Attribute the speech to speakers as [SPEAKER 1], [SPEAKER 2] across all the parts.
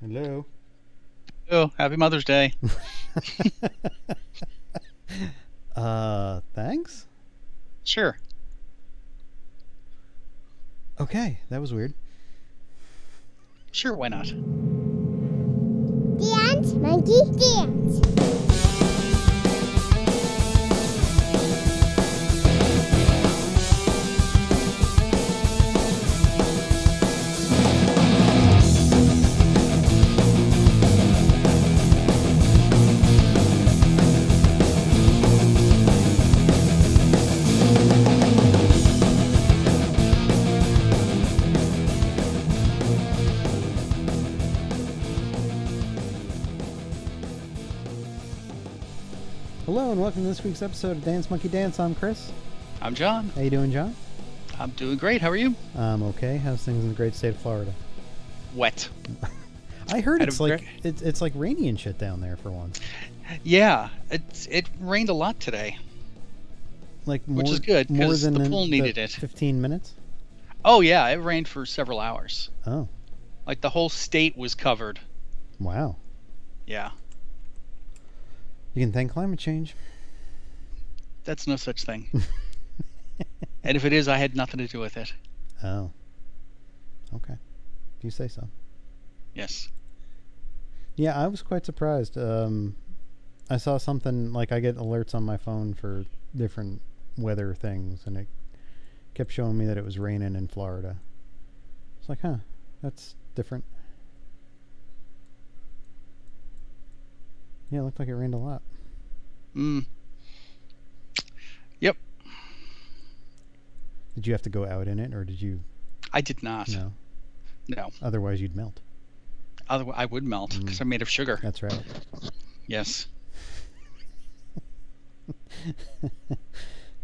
[SPEAKER 1] Hello.
[SPEAKER 2] Oh, happy Mother's Day.
[SPEAKER 1] Uh, thanks.
[SPEAKER 2] Sure.
[SPEAKER 1] Okay, that was weird.
[SPEAKER 2] Sure, why not?
[SPEAKER 3] Dance, monkey, dance.
[SPEAKER 1] Hello and welcome to this week's episode of Dance Monkey Dance. I'm Chris.
[SPEAKER 2] I'm John.
[SPEAKER 1] How you doing, John?
[SPEAKER 2] I'm doing great. How are you?
[SPEAKER 1] I'm okay. How's things in the great state of Florida?
[SPEAKER 2] Wet.
[SPEAKER 1] I heard
[SPEAKER 2] Had a
[SPEAKER 1] it's like
[SPEAKER 2] great-
[SPEAKER 1] it's, it's like rainy and shit down there for once.
[SPEAKER 2] Yeah, it it rained a lot today.
[SPEAKER 1] Like more,
[SPEAKER 2] Which is good,
[SPEAKER 1] more
[SPEAKER 2] 'cause
[SPEAKER 1] than
[SPEAKER 2] the
[SPEAKER 1] in
[SPEAKER 2] pool needed it.
[SPEAKER 1] 15 minutes.
[SPEAKER 2] Oh yeah, it rained for several hours.
[SPEAKER 1] Oh,
[SPEAKER 2] Like the whole state was covered.
[SPEAKER 1] wow.
[SPEAKER 2] Yeah,
[SPEAKER 1] You can thank climate change.
[SPEAKER 2] that's no such thing. and if it is, I had nothing to do with it.
[SPEAKER 1] Oh. Okay. If you say so.
[SPEAKER 2] Yes.
[SPEAKER 1] Yeah, I was quite surprised. Um, I saw something like I get alerts on my phone for different weather things, and it kept showing me that it was raining in Florida. It's like, huh, that's different. Yeah, it looked like it rained a lot.
[SPEAKER 2] Mm.
[SPEAKER 1] Did you have to go out in it, or did you?
[SPEAKER 2] I did not.
[SPEAKER 1] No.
[SPEAKER 2] No.
[SPEAKER 1] Otherwise, you'd melt.
[SPEAKER 2] Otherwise, I would melt because I'm made of sugar.
[SPEAKER 1] That's right.
[SPEAKER 2] Yes.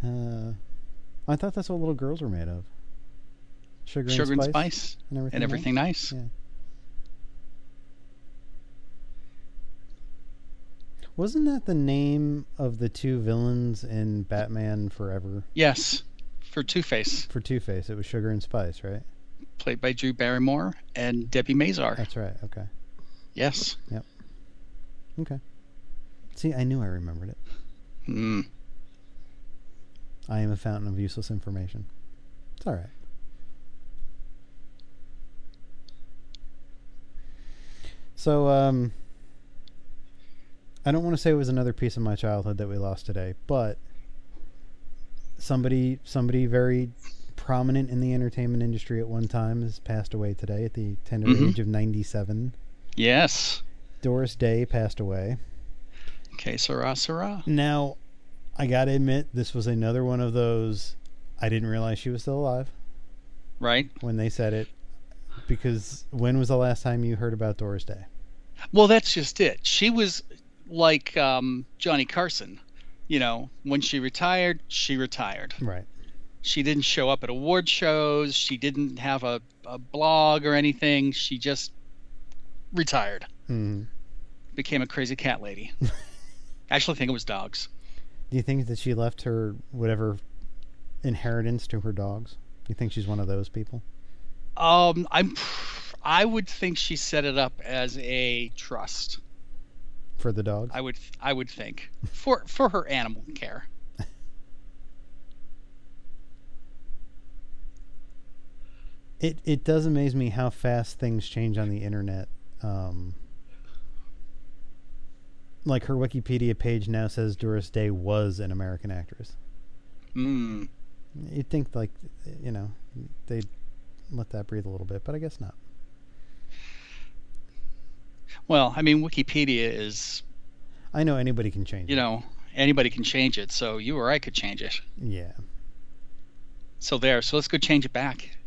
[SPEAKER 1] Uh, I thought that's what little girls were made of. Sugar,
[SPEAKER 2] sugar
[SPEAKER 1] and,
[SPEAKER 2] and
[SPEAKER 1] spice
[SPEAKER 2] spice
[SPEAKER 1] and everything.
[SPEAKER 2] and
[SPEAKER 1] else?
[SPEAKER 2] everything nice.
[SPEAKER 1] Yeah. Wasn't that the name of the two villains in Batman Forever?
[SPEAKER 2] Yes. For Two Face,
[SPEAKER 1] For Two Face, it was Sugar and Spice, right?
[SPEAKER 2] played by Drew Barrymore and Debbie Mazar.
[SPEAKER 1] That's right. Okay.
[SPEAKER 2] Yes.
[SPEAKER 1] See, I knew I remembered it.
[SPEAKER 2] Mm.
[SPEAKER 1] I am a fountain of useless information. It's all right. So, um, I don't want to say it was another piece of my childhood that we lost today, but somebody, somebody very prominent in the entertainment industry at one time has passed away today at the tender
[SPEAKER 2] Mhm.
[SPEAKER 1] age of 97.
[SPEAKER 2] Yes.
[SPEAKER 1] Doris Day passed away.
[SPEAKER 2] Okay, Sarah, Sarah.
[SPEAKER 1] Now, I gotta admit, this was another one of those I didn't realize she was still alive.
[SPEAKER 2] Right.
[SPEAKER 1] when they said it because when was the last time you heard about Doris Day?
[SPEAKER 2] Well, that's just it. She was like um, Johnny Carson. You know, when she retired, she retired.
[SPEAKER 1] Right.
[SPEAKER 2] She didn't show up at award shows. She didn't have a, a blog or anything. She just retired,
[SPEAKER 1] hmm
[SPEAKER 2] became a crazy cat lady. Actually, I think it was dogs.
[SPEAKER 1] Do you think that she left her whatever inheritance to her dogs? Do you think she's one of those people?
[SPEAKER 2] Um, I'm. I would think she set it up as a trust.
[SPEAKER 1] For the dogs?
[SPEAKER 2] I would. I would think for for her animal care.
[SPEAKER 1] It it does amaze me how fast things change on the internet. Um, like her Wikipedia page now says Doris Day was an American actress.
[SPEAKER 2] Mm.
[SPEAKER 1] You'd think like you know, they'd let that breathe a little bit, but I guess not.
[SPEAKER 2] Well, I mean, Wikipedia is
[SPEAKER 1] I know anybody can change it.
[SPEAKER 2] you know, anybody can change it, so you or I could change it.
[SPEAKER 1] Yeah.
[SPEAKER 2] So there, so let's go change it back.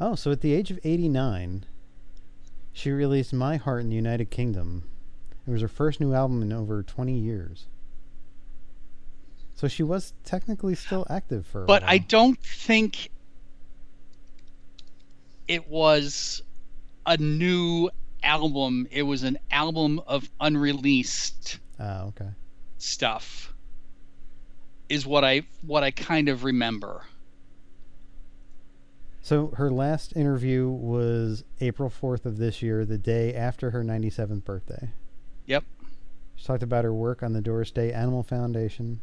[SPEAKER 1] Oh, so at the age of 89, she released My Heart in the United Kingdom. It was her first new album in over 20 years. So she was technically still active for a
[SPEAKER 2] But I
[SPEAKER 1] while.
[SPEAKER 2] don't think it was a new album. It was an album of unreleased
[SPEAKER 1] Oh, okay.
[SPEAKER 2] stuff. Is what I what I kind of remember.
[SPEAKER 1] So her last interview was April 4th of this year, the day after her 97th birthday.
[SPEAKER 2] Yep.
[SPEAKER 1] She talked about her work on the Doris Day Animal Foundation.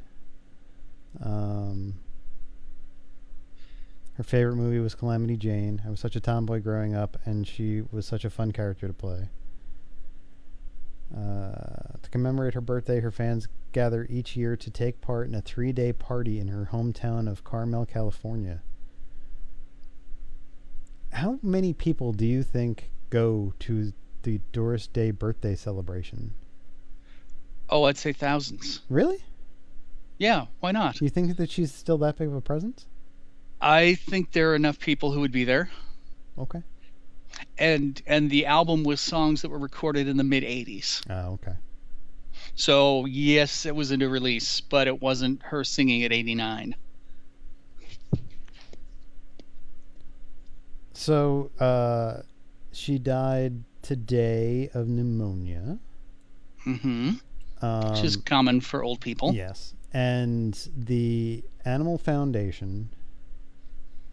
[SPEAKER 1] Um, her favorite movie was Calamity Jane. I was such a tomboy growing up, and she was such a fun character to play. Uh, to commemorate her birthday, her fans gather each year to take part in a three day party in her hometown of Carmel, California. How many people do you think go to the Doris Day birthday celebration?
[SPEAKER 2] Oh, I'd say thousands.
[SPEAKER 1] Really?
[SPEAKER 2] Yeah, why not?
[SPEAKER 1] Do you think that she's still that big of a presence?
[SPEAKER 2] I think there are enough people who would be there.
[SPEAKER 1] Okay.
[SPEAKER 2] And and the album was songs that were recorded in the mid 80s.
[SPEAKER 1] Oh, okay.
[SPEAKER 2] So, yes, it was a new release, but it wasn't her singing at 89.
[SPEAKER 1] So, uh, she died today of pneumonia.
[SPEAKER 2] Mhm.
[SPEAKER 1] Um,
[SPEAKER 2] Which is common for old people.
[SPEAKER 1] Yes. And the Animal Foundation,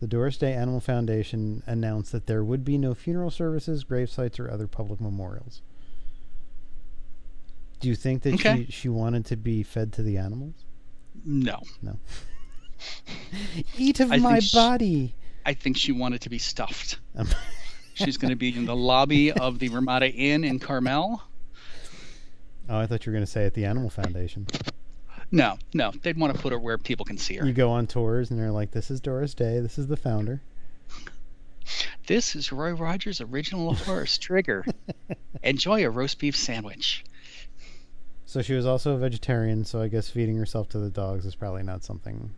[SPEAKER 1] the Doris Day Animal Foundation announced that there would be no funeral services, grave sites, or other public memorials. Do you think that
[SPEAKER 2] Okay.
[SPEAKER 1] she, she wanted to be fed to the animals?
[SPEAKER 2] No.
[SPEAKER 1] Eat of
[SPEAKER 2] I think
[SPEAKER 1] my
[SPEAKER 2] she-
[SPEAKER 1] body!
[SPEAKER 2] I think she wanted to be stuffed.
[SPEAKER 1] Um,
[SPEAKER 2] She's going to be in the lobby of the Ramada Inn in Carmel.
[SPEAKER 1] oh, I thought you were going to say at the Animal Foundation.
[SPEAKER 2] No, no, they'd want to put her where people can see her.
[SPEAKER 1] You go on tours and they're like, this is Doris Day, this is the founder.
[SPEAKER 2] This is Roy Rogers' original horse, Trigger. Enjoy a roast beef sandwich.
[SPEAKER 1] So she was also a vegetarian, so I guess feeding herself to the dogs is probably not something.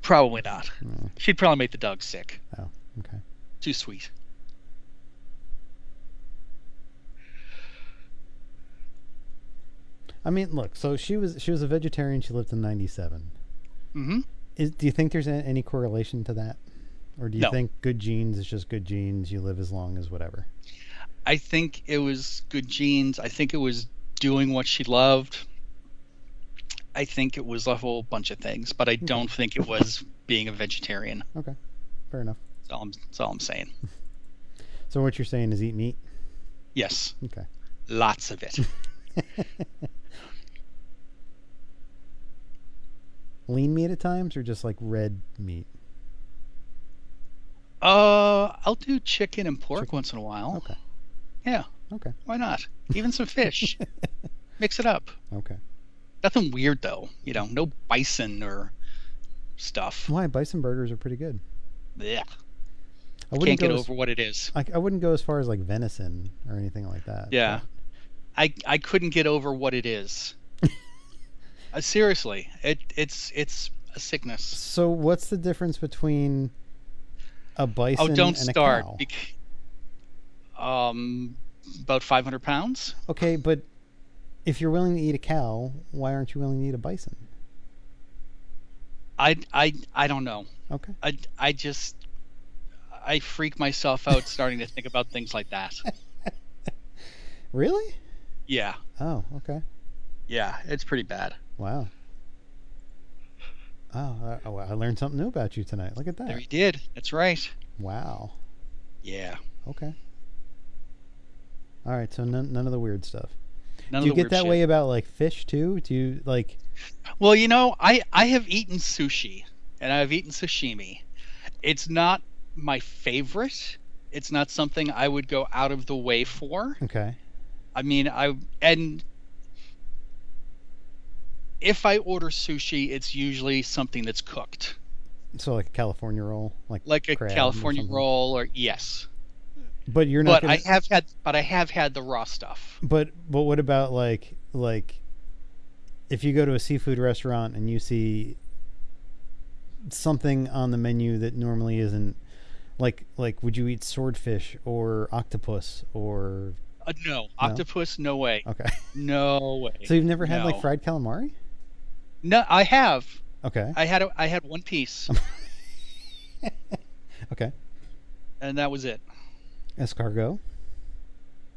[SPEAKER 2] Probably not.
[SPEAKER 1] No.
[SPEAKER 2] She'd probably make the dog sick.
[SPEAKER 1] Mm. Oh, okay.
[SPEAKER 2] Too sweet.
[SPEAKER 1] I mean, look. So she was she was a vegetarian. She lived in '97.
[SPEAKER 2] hmm
[SPEAKER 1] Is, do you think there's a, any correlation to that, or do you
[SPEAKER 2] No.
[SPEAKER 1] think good genes is just good genes? You live as long as whatever.
[SPEAKER 2] I think it was good genes. I think it was doing what she loved. I think it was a whole bunch of things, but I don't think it was being a vegetarian.
[SPEAKER 1] Fair enough.
[SPEAKER 2] That's all I'm, that's all I'm saying.
[SPEAKER 1] So what you're saying is eat meat.
[SPEAKER 2] Yes.
[SPEAKER 1] Okay.
[SPEAKER 2] Lots of it.
[SPEAKER 1] Lean meat at times, or just like red meat.
[SPEAKER 2] Uh, I'll do chicken and pork once in a while.
[SPEAKER 1] Okay.
[SPEAKER 2] Yeah.
[SPEAKER 1] Okay.
[SPEAKER 2] Why not? Even some fish. Mix it up.
[SPEAKER 1] Okay.
[SPEAKER 2] Nothing weird though. You know, no bison or stuff.
[SPEAKER 1] Why bison burgers are pretty good.
[SPEAKER 2] Yeah.
[SPEAKER 1] I
[SPEAKER 2] Can't get
[SPEAKER 1] go
[SPEAKER 2] over what it is.
[SPEAKER 1] As, I, I wouldn't go as far as like venison or anything like that.
[SPEAKER 2] Yeah. I I couldn't get over what it is. uh, seriously, it it's it's a sickness.
[SPEAKER 1] So what's the difference between a bison
[SPEAKER 2] Oh, don't
[SPEAKER 1] and a
[SPEAKER 2] start.
[SPEAKER 1] cow?
[SPEAKER 2] bec- um, about 500 pounds.
[SPEAKER 1] Okay, but if you're willing to eat a cow, why aren't you willing to eat a bison?
[SPEAKER 2] I I I don't know.
[SPEAKER 1] Okay.
[SPEAKER 2] I, I just I freak myself out starting to think about things like that.
[SPEAKER 1] Really?
[SPEAKER 2] Yeah,
[SPEAKER 1] Oh, okay.
[SPEAKER 2] yeah, it's pretty bad.
[SPEAKER 1] Wow. Oh, I, oh, I learned something new about you tonight. Look at
[SPEAKER 2] There
[SPEAKER 1] that.
[SPEAKER 2] you did. That's right.
[SPEAKER 1] Wow.
[SPEAKER 2] Yeah.
[SPEAKER 1] Okay. All right, so none, none of the weird stuff.
[SPEAKER 2] None
[SPEAKER 1] Do you
[SPEAKER 2] of the
[SPEAKER 1] get
[SPEAKER 2] weird
[SPEAKER 1] that
[SPEAKER 2] shit.
[SPEAKER 1] way about like fish too? Do you like
[SPEAKER 2] Well, you know, I I have eaten sushi and I've eaten sashimi. It's not my favorite. It's not something I would go out of the way for.
[SPEAKER 1] okay?
[SPEAKER 2] I mean, I and if I order sushi, it's usually something that's cooked,
[SPEAKER 1] So like a California roll, like
[SPEAKER 2] like a
[SPEAKER 1] crab or
[SPEAKER 2] California
[SPEAKER 1] something.
[SPEAKER 2] roll or yes.
[SPEAKER 1] But you're not.
[SPEAKER 2] but
[SPEAKER 1] gonna,
[SPEAKER 2] I have had but I have had the raw stuff.
[SPEAKER 1] But but what about like like if you go to a seafood restaurant and you see something on the menu that normally isn't like like would you eat swordfish or octopus or
[SPEAKER 2] Uh, no, octopus, no way,
[SPEAKER 1] okay
[SPEAKER 2] no way.
[SPEAKER 1] Oh. so you've never had
[SPEAKER 2] No.
[SPEAKER 1] like fried calamari
[SPEAKER 2] no, I have.
[SPEAKER 1] okay
[SPEAKER 2] I had a, I had one piece,
[SPEAKER 1] okay
[SPEAKER 2] and that was it.
[SPEAKER 1] escargot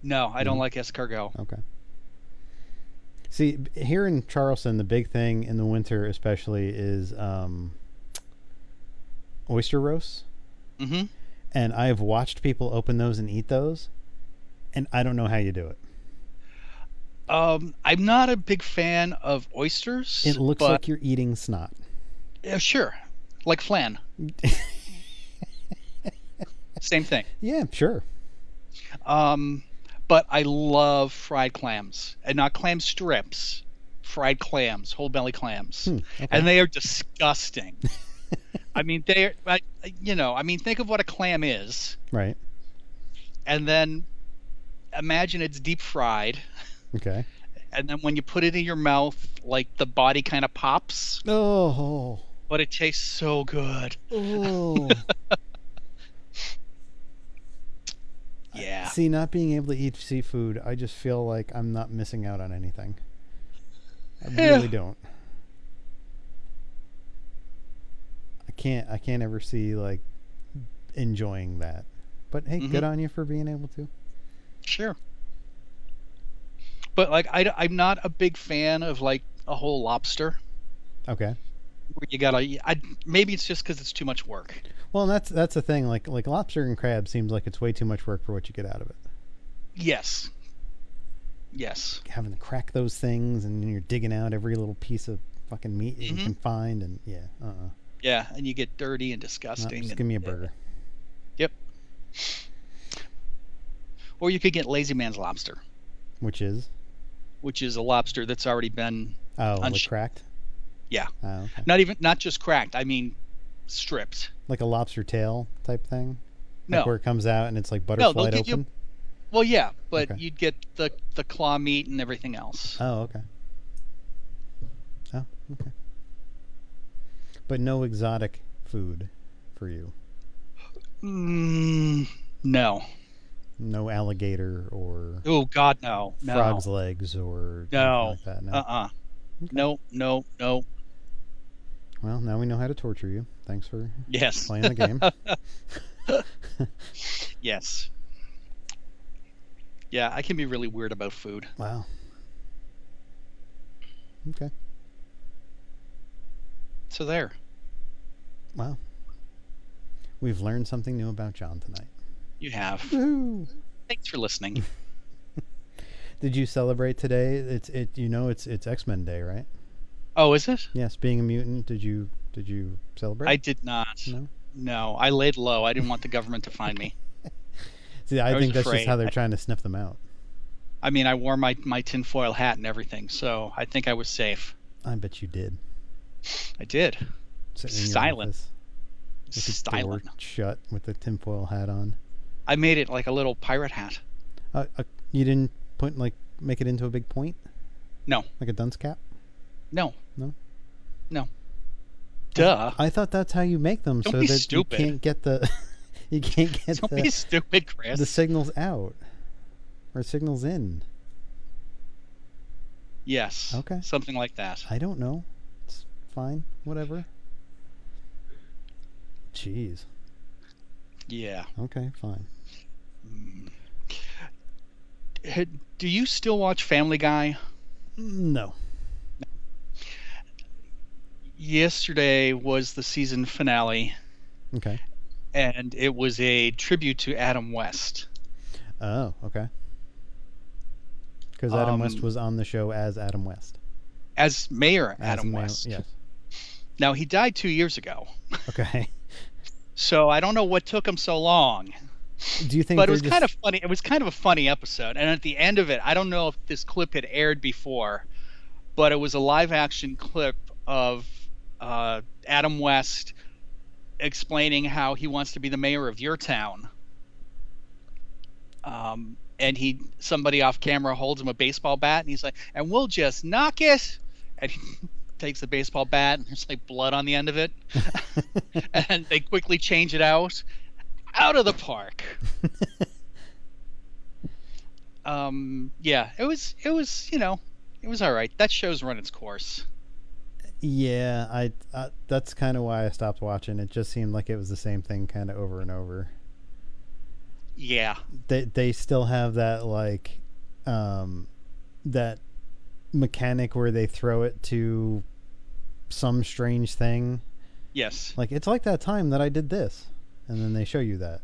[SPEAKER 2] No, I don't
[SPEAKER 1] Mhm.
[SPEAKER 2] like escargot.
[SPEAKER 1] okay see b- here in charleston the big thing in the winter especially is um oyster roasts
[SPEAKER 2] Mm-hmm.
[SPEAKER 1] and I have watched people open those and eat those, and I don't know how you do it.
[SPEAKER 2] Um, I'm not a big fan of oysters.
[SPEAKER 1] It looks
[SPEAKER 2] but,
[SPEAKER 1] like you're eating snot.
[SPEAKER 2] Yeah, sure, like flan. Same thing.
[SPEAKER 1] Yeah, sure.
[SPEAKER 2] Um, but I love fried clams, and not clam strips, fried clams, whole belly clams,
[SPEAKER 1] Hmm, okay.
[SPEAKER 2] and they are disgusting. I mean, they, are I, you know, I mean, think of what a clam is,
[SPEAKER 1] Right.
[SPEAKER 2] and then imagine it's deep fried,
[SPEAKER 1] Okay.
[SPEAKER 2] and then when you put it in your mouth, like the body kind of pops,
[SPEAKER 1] Oh.
[SPEAKER 2] but it tastes so good.
[SPEAKER 1] Oh.
[SPEAKER 2] Yeah.
[SPEAKER 1] See, not being able to eat seafood, I just feel like I'm not missing out on anything. I
[SPEAKER 2] Yeah.
[SPEAKER 1] really don't. I can't. I can't ever see like enjoying that. But hey,
[SPEAKER 2] Mm-hmm.
[SPEAKER 1] good on you for being able to.
[SPEAKER 2] Sure. But like I, am not a big fan of like a whole lobster
[SPEAKER 1] Okay.
[SPEAKER 2] where you gotta. I maybe it's just because it's too much work.
[SPEAKER 1] Well, and that's that's the thing. Like like lobster and crab seems like it's way too much work for what you get out of it.
[SPEAKER 2] Yes. Yes.
[SPEAKER 1] Having to crack those things and you're digging out every little piece of fucking meat that
[SPEAKER 2] Mhm.
[SPEAKER 1] you can find, and yeah, uh, uh
[SPEAKER 2] Yeah, and you get dirty and
[SPEAKER 1] Nope,
[SPEAKER 2] disgusting.
[SPEAKER 1] just
[SPEAKER 2] and-
[SPEAKER 1] give me a burger.
[SPEAKER 2] Or you could get lazy man's lobster,
[SPEAKER 1] Which is
[SPEAKER 2] which is a lobster that's already been
[SPEAKER 1] oh, like
[SPEAKER 2] Unsh-
[SPEAKER 1] cracked.
[SPEAKER 2] Yeah.
[SPEAKER 1] Oh, okay.
[SPEAKER 2] not even not just cracked. I mean, stripped.
[SPEAKER 1] like a lobster tail type thing.
[SPEAKER 2] No.
[SPEAKER 1] Like where it comes out and it's like
[SPEAKER 2] they'll
[SPEAKER 1] butterfly
[SPEAKER 2] give
[SPEAKER 1] open.
[SPEAKER 2] you- Well, yeah, but
[SPEAKER 1] Okay.
[SPEAKER 2] you'd get the the claw meat and everything else.
[SPEAKER 1] Oh, okay. Oh, okay. But no exotic food for you.
[SPEAKER 2] Mm, no.
[SPEAKER 1] No alligator or
[SPEAKER 2] Oh God, no. No.
[SPEAKER 1] frog's legs or anything
[SPEAKER 2] No.
[SPEAKER 1] like that. No.
[SPEAKER 2] Uh-uh. No, no, no.
[SPEAKER 1] Well, now we know how to torture you. Thanks for
[SPEAKER 2] Yes.
[SPEAKER 1] playing the game.
[SPEAKER 2] Yes. Yeah, I can be really weird about food.
[SPEAKER 1] wow. Okay.
[SPEAKER 2] So there.
[SPEAKER 1] Wow. We've learned something new about John tonight.
[SPEAKER 2] You have.
[SPEAKER 1] Woohoo!
[SPEAKER 2] Thanks for listening.
[SPEAKER 1] Did you celebrate today? It's it. You know, it's it's X Men Day, right?
[SPEAKER 2] Oh, is it?
[SPEAKER 1] Yes, being a mutant. Did you did you celebrate?
[SPEAKER 2] I did not.
[SPEAKER 1] No?
[SPEAKER 2] No, I laid low. I didn't want the government to find me.
[SPEAKER 1] See, I,
[SPEAKER 2] I was
[SPEAKER 1] think that's just
[SPEAKER 2] afraid.
[SPEAKER 1] how they're trying to sniff them out.
[SPEAKER 2] I mean, I wore my my tinfoil hat and everything, so I think I was safe.
[SPEAKER 1] I bet you did.
[SPEAKER 2] I did.
[SPEAKER 1] Sitting in your
[SPEAKER 2] Silent.
[SPEAKER 1] office with the door
[SPEAKER 2] Styling.
[SPEAKER 1] shut with the tinfoil hat on.
[SPEAKER 2] I made it like a little pirate hat.
[SPEAKER 1] Uh, uh, you didn't put like make it into a big point.
[SPEAKER 2] No.
[SPEAKER 1] Like a dunce cap.
[SPEAKER 2] No.
[SPEAKER 1] No?
[SPEAKER 2] No. Duh.
[SPEAKER 1] I thought that's how you make them,
[SPEAKER 2] Don't
[SPEAKER 1] so
[SPEAKER 2] be
[SPEAKER 1] that
[SPEAKER 2] stupid.
[SPEAKER 1] you can't get the you can't get
[SPEAKER 2] Don't
[SPEAKER 1] the,
[SPEAKER 2] be stupid, Chris.
[SPEAKER 1] the signals out or signals in.
[SPEAKER 2] Yes.
[SPEAKER 1] Okay.
[SPEAKER 2] Something like that.
[SPEAKER 1] I don't know. It's fine. Whatever. Jeez.
[SPEAKER 2] Yeah.
[SPEAKER 1] Okay. Fine.
[SPEAKER 2] Hey, Do you still watch Family Guy?
[SPEAKER 1] No.
[SPEAKER 2] Yesterday was the season finale,
[SPEAKER 1] Okay.
[SPEAKER 2] and it was a tribute to Adam West.
[SPEAKER 1] Oh, okay. Because Adam West
[SPEAKER 2] Um,
[SPEAKER 1] was on the show as Adam West.
[SPEAKER 2] As mayor,
[SPEAKER 1] As
[SPEAKER 2] Adam
[SPEAKER 1] male-
[SPEAKER 2] West.
[SPEAKER 1] Yes.
[SPEAKER 2] Now, he died two years ago,
[SPEAKER 1] Okay.
[SPEAKER 2] so I don't know what took him so long.
[SPEAKER 1] Do you think?
[SPEAKER 2] But it
[SPEAKER 1] they're
[SPEAKER 2] was
[SPEAKER 1] just,
[SPEAKER 2] kind of funny. It was kind of a funny episode. And at the end of it, I don't know if this clip had aired before, but it was a live action clip of uh, Adam West explaining how he wants to be the mayor of your town. Um, and he somebody off camera holds him a baseball bat and he's like, and we'll just knock it. And he takes the baseball bat and there's like blood on the end of it. and they quickly change it out. Out of the park. um yeah it was it was you know it was all right that show's run its course
[SPEAKER 1] Yeah, I. Uh, that's kind of why I stopped watching. It just seemed like it was the same thing, kind of over and over.
[SPEAKER 2] yeah
[SPEAKER 1] They they still have that like, um, that mechanic where they throw it to some strange thing.
[SPEAKER 2] yes
[SPEAKER 1] Like it's like that time that I did this, and then they show you that.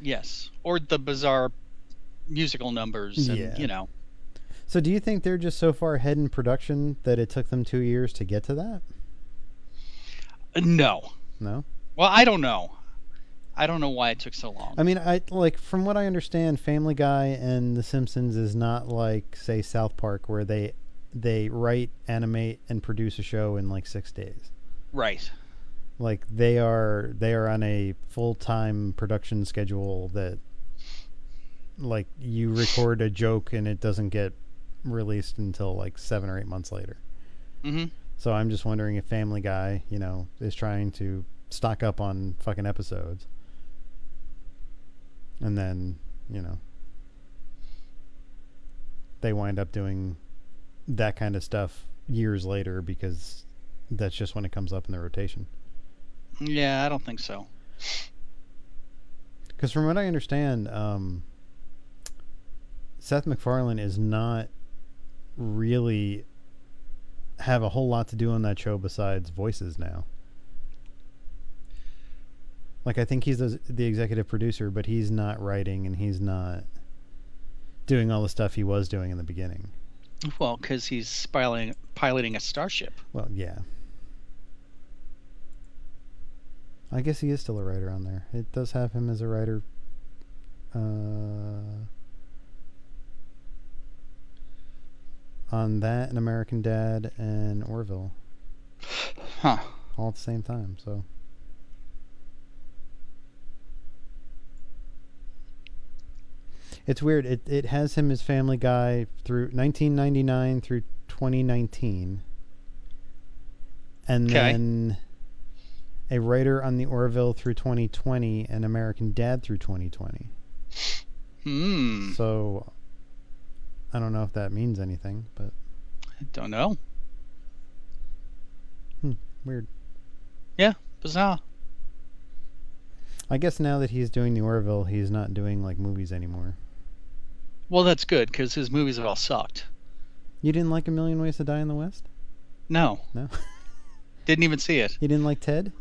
[SPEAKER 2] Yes, or the bizarre musical numbers, and
[SPEAKER 1] Yeah.
[SPEAKER 2] you know,
[SPEAKER 1] So do you think they're just so far ahead in production that it took them two years to get to that?
[SPEAKER 2] Uh, no.
[SPEAKER 1] No.
[SPEAKER 2] Well, I don't know. I don't know why it took so long.
[SPEAKER 1] I mean, I like from what I understand, Family Guy and The Simpsons is not like say South Park where they they write, animate, and produce a show in like six days.
[SPEAKER 2] right.
[SPEAKER 1] Like they are they are on a full time production schedule that like you record a joke and it doesn't get released until like seven or eight months later.
[SPEAKER 2] hmm
[SPEAKER 1] So I'm just wondering if Family Guy, you know, is trying to stock up on fucking episodes. And then, you know, they wind up doing that kind of stuff years later because that's just when it comes up in the rotation.
[SPEAKER 2] Yeah, I don't think so.
[SPEAKER 1] Because from what I understand, um, Seth MacFarlane is not really have a whole lot to do on that show besides voices now. Like I think he's the, the executive producer, but he's not writing and he's not doing all the stuff he was doing in the beginning.
[SPEAKER 2] Well, because he's piloting piloting a starship.
[SPEAKER 1] Well, yeah. I guess he is still a writer on there. It does have him as a writer. Uh, on that, and American Dad, and Orville,
[SPEAKER 2] Huh.
[SPEAKER 1] all at the same time. So it's weird. It it has him as Family Guy through 1999 through 2019, and
[SPEAKER 2] 'Kay.
[SPEAKER 1] then a writer on the Orville through 2020 and American Dad through 2020.
[SPEAKER 2] Hmm.
[SPEAKER 1] So I don't know if that means anything, but
[SPEAKER 2] I don't know.
[SPEAKER 1] Hmm. weird.
[SPEAKER 2] Bizarre.
[SPEAKER 1] I guess now that he's doing the Orville, he's not doing like movies anymore.
[SPEAKER 2] Well, that's good because his movies have all sucked.
[SPEAKER 1] You didn't like A Million Ways to Die in the West?
[SPEAKER 2] No,
[SPEAKER 1] No.
[SPEAKER 2] didn't even see it.
[SPEAKER 1] You didn't like Ted?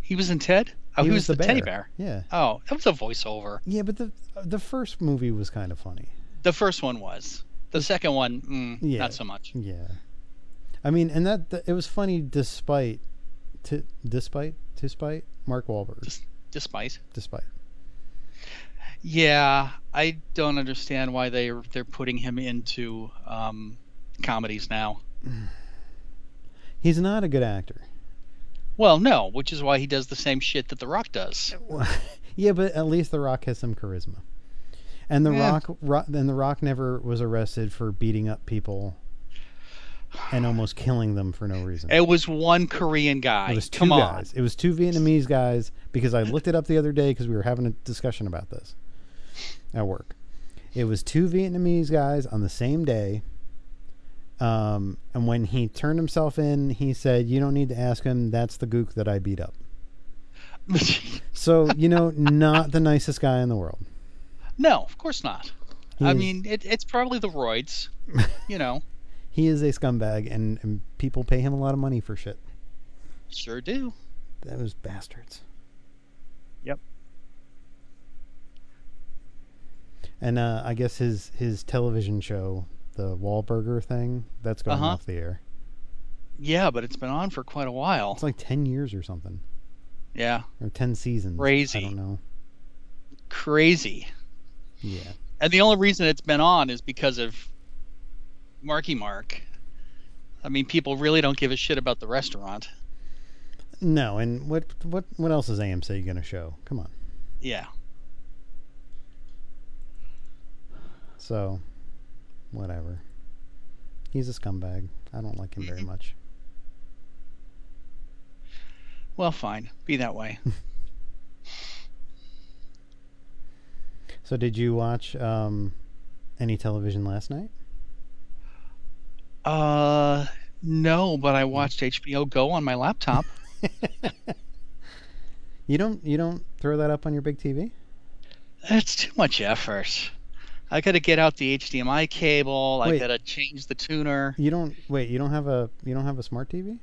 [SPEAKER 2] He was in Ted. Oh, he, was, the, teddy bear.
[SPEAKER 1] Yeah.
[SPEAKER 2] Oh, that was a voiceover.
[SPEAKER 1] Yeah, but the the first movie was kind of funny.
[SPEAKER 2] The first one was. The second one, mm,
[SPEAKER 1] Yeah.
[SPEAKER 2] not so much.
[SPEAKER 1] Yeah. I mean, and that th- it was funny despite to despite despite Mark Wahlberg
[SPEAKER 2] Just- Despite.
[SPEAKER 1] despite.
[SPEAKER 2] Yeah, I don't understand why they are they're putting him into um, comedies now.
[SPEAKER 1] He's not a good actor.
[SPEAKER 2] Well, no, which is why he does the same shit that The Rock does.
[SPEAKER 1] yeah, but at least The Rock has some charisma. And The
[SPEAKER 2] Yeah.
[SPEAKER 1] Rock ro- and The Rock never was arrested for beating up people and almost killing them for no reason.
[SPEAKER 2] It was one Korean guy.
[SPEAKER 1] It was two
[SPEAKER 2] Come on.
[SPEAKER 1] guys. It was two Vietnamese guys because I looked it up the other day because we were having a discussion about this at work. It was two Vietnamese guys on the same day. Um, and when he turned himself in, he said, "You don't need to ask him. That's the gook that I beat up." So you know, not the nicest guy in the world.
[SPEAKER 2] no, of course not.
[SPEAKER 1] He
[SPEAKER 2] I
[SPEAKER 1] is-
[SPEAKER 2] mean, it, it's probably the roids. You know,
[SPEAKER 1] he is a scumbag, and, and people pay him a lot of money for shit.
[SPEAKER 2] sure do.
[SPEAKER 1] Those bastards.
[SPEAKER 2] Yep.
[SPEAKER 1] And uh, I guess his his television show, the Wahlburger thing, that's going
[SPEAKER 2] Uh-huh.
[SPEAKER 1] off the air.
[SPEAKER 2] Yeah, but it's been on for quite a while.
[SPEAKER 1] It's like ten years or something,
[SPEAKER 2] Yeah,
[SPEAKER 1] or ten seasons. I
[SPEAKER 2] Crazy.
[SPEAKER 1] don't know.
[SPEAKER 2] crazy.
[SPEAKER 1] Yeah.
[SPEAKER 2] And the only reason it's been on is because of Marky Mark. I mean, people really don't give a shit about the restaurant.
[SPEAKER 1] No, and what what what else is AMC going to show? Come on.
[SPEAKER 2] Yeah.
[SPEAKER 1] So, whatever. He's a scumbag. I don't like him very
[SPEAKER 2] Mhm.
[SPEAKER 1] much.
[SPEAKER 2] Well, fine. Be that way.
[SPEAKER 1] So, did you watch um, any television last night?
[SPEAKER 2] Uh, no, but I watched HBO Go on my laptop.
[SPEAKER 1] You don't you don't throw that up on your big TV?
[SPEAKER 2] That's too much effort. I gotta get out the HDMI cable. I
[SPEAKER 1] Wait.
[SPEAKER 2] gotta change the tuner.
[SPEAKER 1] You don't wait, you don't have a you don't have a smart TV?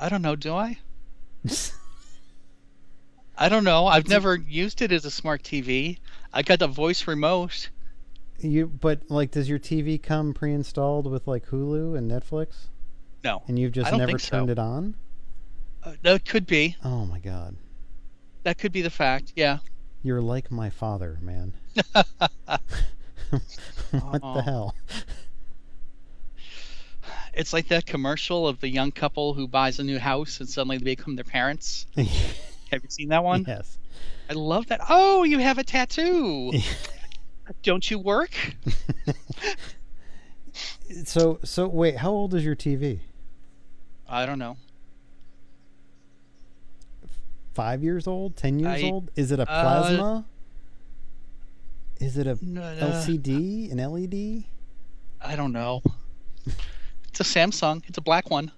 [SPEAKER 2] I don't know, do I? I don't know. I've never used it as a smart TV. I got the voice remote.
[SPEAKER 1] You but like, does your TV come pre-installed with like Hulu and Netflix,
[SPEAKER 2] No,
[SPEAKER 1] and you've just
[SPEAKER 2] don't
[SPEAKER 1] never
[SPEAKER 2] think so.
[SPEAKER 1] turned it on?
[SPEAKER 2] Uh, that could be.
[SPEAKER 1] Oh my god,
[SPEAKER 2] That could be the fact. Yeah.
[SPEAKER 1] you're like my father, man. what
[SPEAKER 2] Oh.
[SPEAKER 1] the hell?
[SPEAKER 2] It's like that commercial of the young couple who buys a new house and suddenly they become their parents. Have you seen that one?
[SPEAKER 1] yes.
[SPEAKER 2] I love that. Oh, you have a tattoo. Don't you work?
[SPEAKER 1] So so wait, how old is your TV?
[SPEAKER 2] I don't know.
[SPEAKER 1] Five years old? Ten years
[SPEAKER 2] I-
[SPEAKER 1] old? Is it a
[SPEAKER 2] uh,
[SPEAKER 1] plasma? is it a
[SPEAKER 2] No, no.
[SPEAKER 1] LCD? An E LED?
[SPEAKER 2] I don't know. It's a Samsung. It's a black one.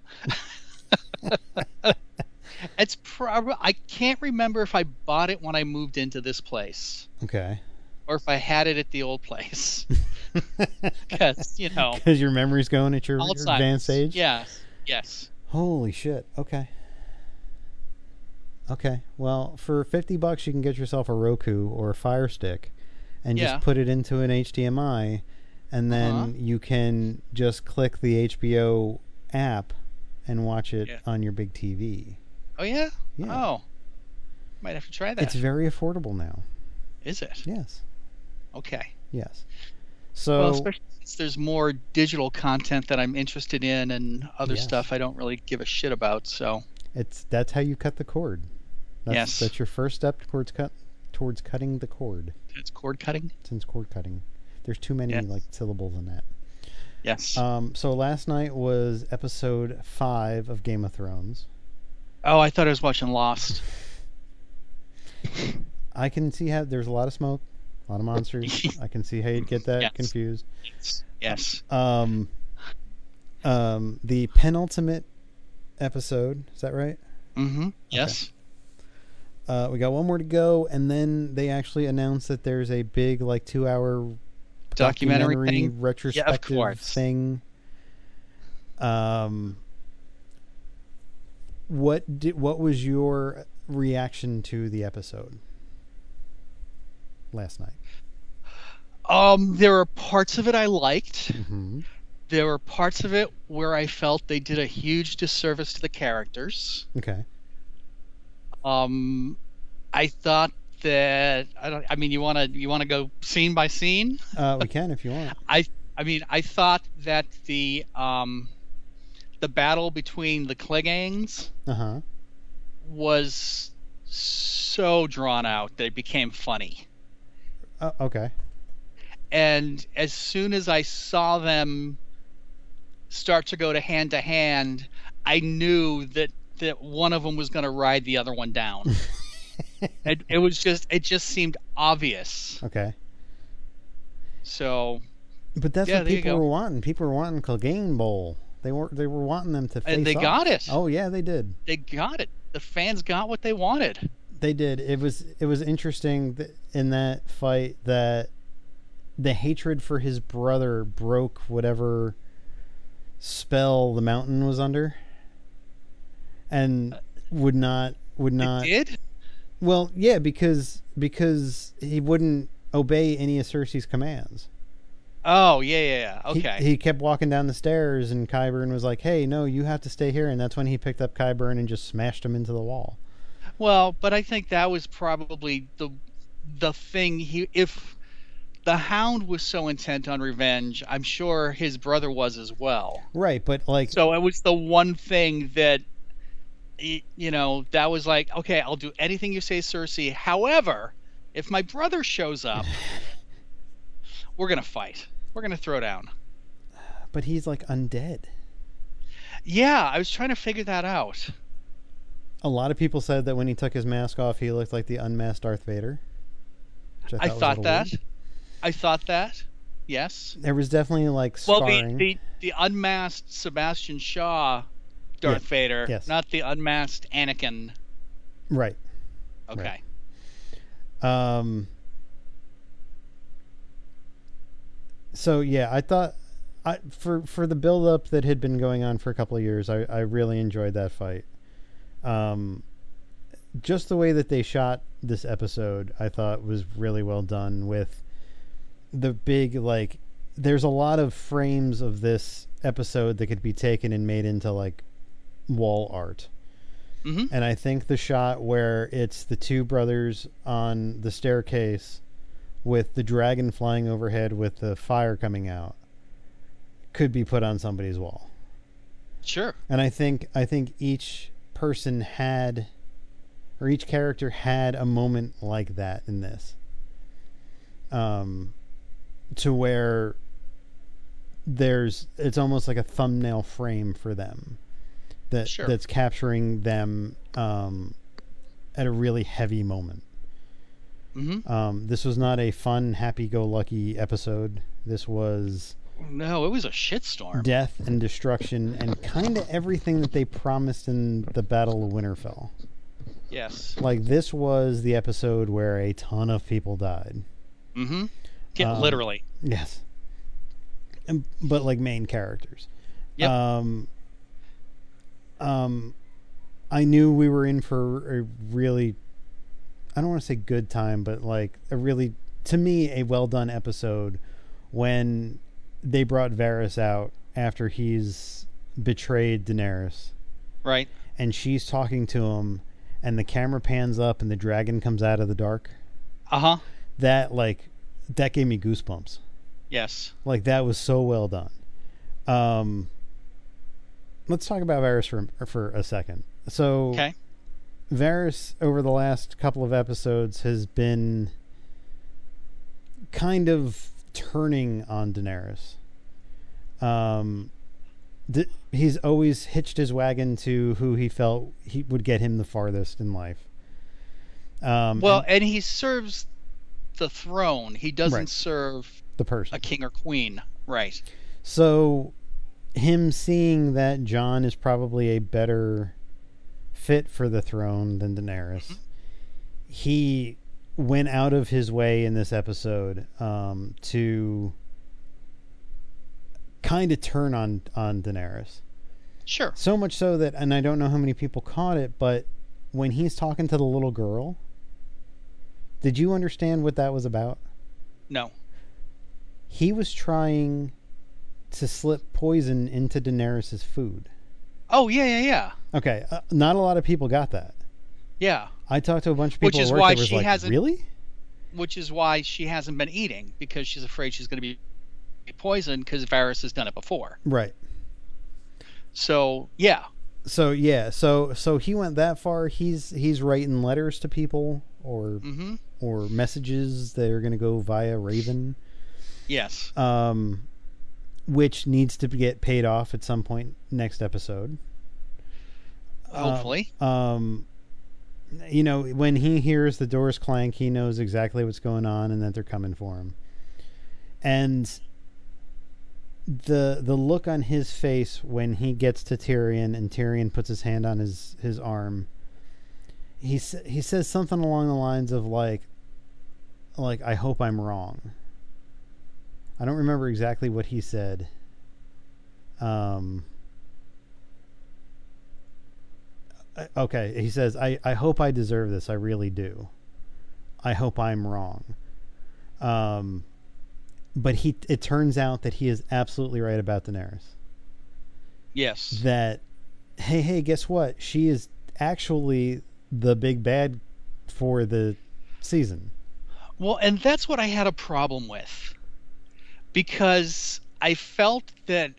[SPEAKER 2] it's probably. I can't remember if I bought it when I moved into this place
[SPEAKER 1] Okay.
[SPEAKER 2] or if I had it at the old place. Because you know,
[SPEAKER 1] Because your memory's going at your, your
[SPEAKER 2] Alzheimer's.
[SPEAKER 1] advanced age.
[SPEAKER 2] Yes. Yes.
[SPEAKER 1] Holy shit. Okay. Okay. Well, for 50 bucks you can get yourself a Roku or a Fire Stick and
[SPEAKER 2] Yeah.
[SPEAKER 1] just put it into an HDMI and then
[SPEAKER 2] Uh-huh.
[SPEAKER 1] you can just click the HBO app and watch it
[SPEAKER 2] Yeah.
[SPEAKER 1] on your big TV.
[SPEAKER 2] Oh yeah.
[SPEAKER 1] Yeah.
[SPEAKER 2] Oh. Might have to try that.
[SPEAKER 1] It's
[SPEAKER 2] Is
[SPEAKER 1] very affordable now.
[SPEAKER 2] it?
[SPEAKER 1] Yes.
[SPEAKER 2] Okay.
[SPEAKER 1] Yes. So
[SPEAKER 2] well, especially since there's more digital content that I'm interested in and other
[SPEAKER 1] Yes.
[SPEAKER 2] stuff I don't really give a shit about. So
[SPEAKER 1] it's that's how you cut the cord. That's,
[SPEAKER 2] Yes.
[SPEAKER 1] That's your first step towards cut towards cutting the cord.
[SPEAKER 2] it's cord cutting.
[SPEAKER 1] Since cord cutting, there's too many
[SPEAKER 2] Yes.
[SPEAKER 1] like syllables in that.
[SPEAKER 2] Yes.
[SPEAKER 1] Um, so last night was episode five of Game of Thrones.
[SPEAKER 2] oh, I thought I was watching Lost.
[SPEAKER 1] I can see how there's a lot of smoke, a lot of monsters. I can see how you'd get that
[SPEAKER 2] Yes.
[SPEAKER 1] confused.
[SPEAKER 2] Yes.
[SPEAKER 1] Um, um, the penultimate episode is that right?
[SPEAKER 2] Mm-hmm. Yes.
[SPEAKER 1] Uh, we got one more to go, and then they actually announced that there's a big like two-hour
[SPEAKER 2] Documentary thing?
[SPEAKER 1] retrospective
[SPEAKER 2] course.
[SPEAKER 1] thing. Um, what did what was your reaction to the episode last night?
[SPEAKER 2] Um, there were parts of it I liked.
[SPEAKER 1] Mm-hmm.
[SPEAKER 2] There were parts of it where I felt they did a huge disservice to the characters.
[SPEAKER 1] Okay.
[SPEAKER 2] Um, I thought that I don't. I mean, you want to you want to go scene by scene.
[SPEAKER 1] Uh, we can if you want.
[SPEAKER 2] I mean, I thought that the um, the battle between the Klegangs
[SPEAKER 1] Uh huh.
[SPEAKER 2] was so drawn out that it became funny.
[SPEAKER 1] Uh, okay.
[SPEAKER 2] And as soon as I saw them start to go to hand to hand, I knew that that one of them was going to ride the other one down. it, it was just it just seemed obvious.
[SPEAKER 1] Okay.
[SPEAKER 2] So
[SPEAKER 1] But that's
[SPEAKER 2] Yeah,
[SPEAKER 1] what
[SPEAKER 2] there you
[SPEAKER 1] people
[SPEAKER 2] go.
[SPEAKER 1] were wanting. People were wanting Clegane Bowl. They were they were wanting them to face
[SPEAKER 2] and they
[SPEAKER 1] off.
[SPEAKER 2] got it.
[SPEAKER 1] Oh yeah, they did.
[SPEAKER 2] They got it. The fans got what they wanted.
[SPEAKER 1] They did. It was it was interesting th- in that fight that the hatred for his brother broke whatever spell the mountain was under, and would not would not.
[SPEAKER 2] they did.
[SPEAKER 1] Well, yeah, because because he wouldn't obey any of Cersei's commands.
[SPEAKER 2] Oh yeah, yeah, yeah.
[SPEAKER 1] He-
[SPEAKER 2] Okay.
[SPEAKER 1] He, kept walking down the stairs, and Kyburn was like, "Hey, no, you have to stay here." And that's when he picked up Kyburn and just smashed him into the wall.
[SPEAKER 2] Well, but I think that was probably the the thing he if the hound was so intent on revenge, I'm sure his brother was as well.
[SPEAKER 1] Right, but like
[SPEAKER 2] So it was the one thing that y- you know, that was like, okay, I'll do anything you say, Cersei. However, if my brother shows up, we're going to fight. We're going to throw down.
[SPEAKER 1] but he's like undead.
[SPEAKER 2] Yeah, I was trying to figure that out.
[SPEAKER 1] A lot of people said that when he took his mask off, he looked like the unmasked Darth Vader. which was a
[SPEAKER 2] I thought
[SPEAKER 1] little
[SPEAKER 2] that.
[SPEAKER 1] weird.
[SPEAKER 2] I thought that. Yes.
[SPEAKER 1] there was definitely like
[SPEAKER 2] Well,
[SPEAKER 1] scarring.
[SPEAKER 2] the, the the unmasked Sebastian Shaw, Darth Vader,
[SPEAKER 1] yes.
[SPEAKER 2] not the unmasked Anakin.
[SPEAKER 1] right.
[SPEAKER 2] Okay.
[SPEAKER 1] Right. Um. So yeah, I thought, I for for the build up that had been going on for a couple of years, I I really enjoyed that fight. Um, just the way that they shot this episode, I thought was really well done with the big like there's a lot of frames of this episode that could be taken and made into like wall art.
[SPEAKER 2] Mhm.
[SPEAKER 1] And I think the shot where it's the two brothers on the staircase with the dragon flying overhead with the fire coming out could be put on somebody's wall
[SPEAKER 2] Sure.
[SPEAKER 1] and I think I think each person had or each character had a moment like that in this um to where there's it's almost like a thumbnail frame for them that
[SPEAKER 2] Sure.
[SPEAKER 1] that's capturing them um at a really heavy moment
[SPEAKER 2] hmm
[SPEAKER 1] um this was not a fun happy go lucky episode this was
[SPEAKER 2] No, it was a shitstorm.
[SPEAKER 1] death and destruction and kind of everything that they promised in the Battle of Winterfell.
[SPEAKER 2] yes.
[SPEAKER 1] Like this was the episode where a ton of people died.
[SPEAKER 2] Mm-hmm. Get
[SPEAKER 1] Um,
[SPEAKER 2] literally.
[SPEAKER 1] Yes. And, but like main characters.
[SPEAKER 2] Yep.
[SPEAKER 1] Um um I knew we were in for a really I don't want to say good time, but like a really to me a well done episode when they brought Varys out after he's betrayed Daenerys
[SPEAKER 2] Right.
[SPEAKER 1] and she's talking to him and the camera pans up and the dragon comes out of the dark.
[SPEAKER 2] Uh huh.
[SPEAKER 1] That like that gave me goosebumps.
[SPEAKER 2] Yes.
[SPEAKER 1] Like that was so well done. Um, let's talk about Varys for for a second. So
[SPEAKER 2] Okay.
[SPEAKER 1] Varys over the last couple of episodes has been kind of turning on Daenerys. Um, th- he's always hitched his wagon to who he felt he would get him the farthest in life. Um,
[SPEAKER 2] Well,
[SPEAKER 1] and
[SPEAKER 2] and he serves the throne. He doesn't
[SPEAKER 1] Right.
[SPEAKER 2] serve
[SPEAKER 1] the person.
[SPEAKER 2] a king or queen. Right.
[SPEAKER 1] So, him seeing that John is probably a better fit for the throne than Daenerys, he went out of his way in this episode um, to kind of turn on on Daenerys.
[SPEAKER 2] Sure.
[SPEAKER 1] So much so that, and I don't know how many people caught it, but when he's talking to the little girl, did you understand what that was about?
[SPEAKER 2] No.
[SPEAKER 1] he was trying to slip poison into Daenerys' food.
[SPEAKER 2] Oh yeah, yeah, yeah,
[SPEAKER 1] Okay, uh, not a lot of people got that.
[SPEAKER 2] yeah.
[SPEAKER 1] I talked to a bunch of
[SPEAKER 2] Which
[SPEAKER 1] people. at
[SPEAKER 2] is
[SPEAKER 1] work
[SPEAKER 2] why
[SPEAKER 1] that was
[SPEAKER 2] she
[SPEAKER 1] like,
[SPEAKER 2] hasn't-
[SPEAKER 1] Really?
[SPEAKER 2] Which is why she hasn't been eating because she's afraid she's going to be poisoned because Varys has done it before.
[SPEAKER 1] Right.
[SPEAKER 2] So yeah,
[SPEAKER 1] So yeah, so so he went that far. He's he's writing letters to people or
[SPEAKER 2] mm-hmm.
[SPEAKER 1] or messages that are going to go via Raven,
[SPEAKER 2] yes,
[SPEAKER 1] um, which needs to get paid off at some point next episode. Uh,
[SPEAKER 2] hopefully.
[SPEAKER 1] um you know when he hears the doors clank he knows exactly what's going on and that they're coming for him and the the look on his face when he gets to Tyrion and Tyrion puts his hand on his his arm he sa- he says something along the lines of like like I hope I'm wrong I don't remember exactly what he said um I- okay he says I, I hope i deserve this i really do i hope i'm wrong um but he it turns out that he is absolutely right about daenerys
[SPEAKER 2] yes.
[SPEAKER 1] that hey hey guess what she is actually the big bad for the season
[SPEAKER 2] Well, and that's what I had a problem with because I felt that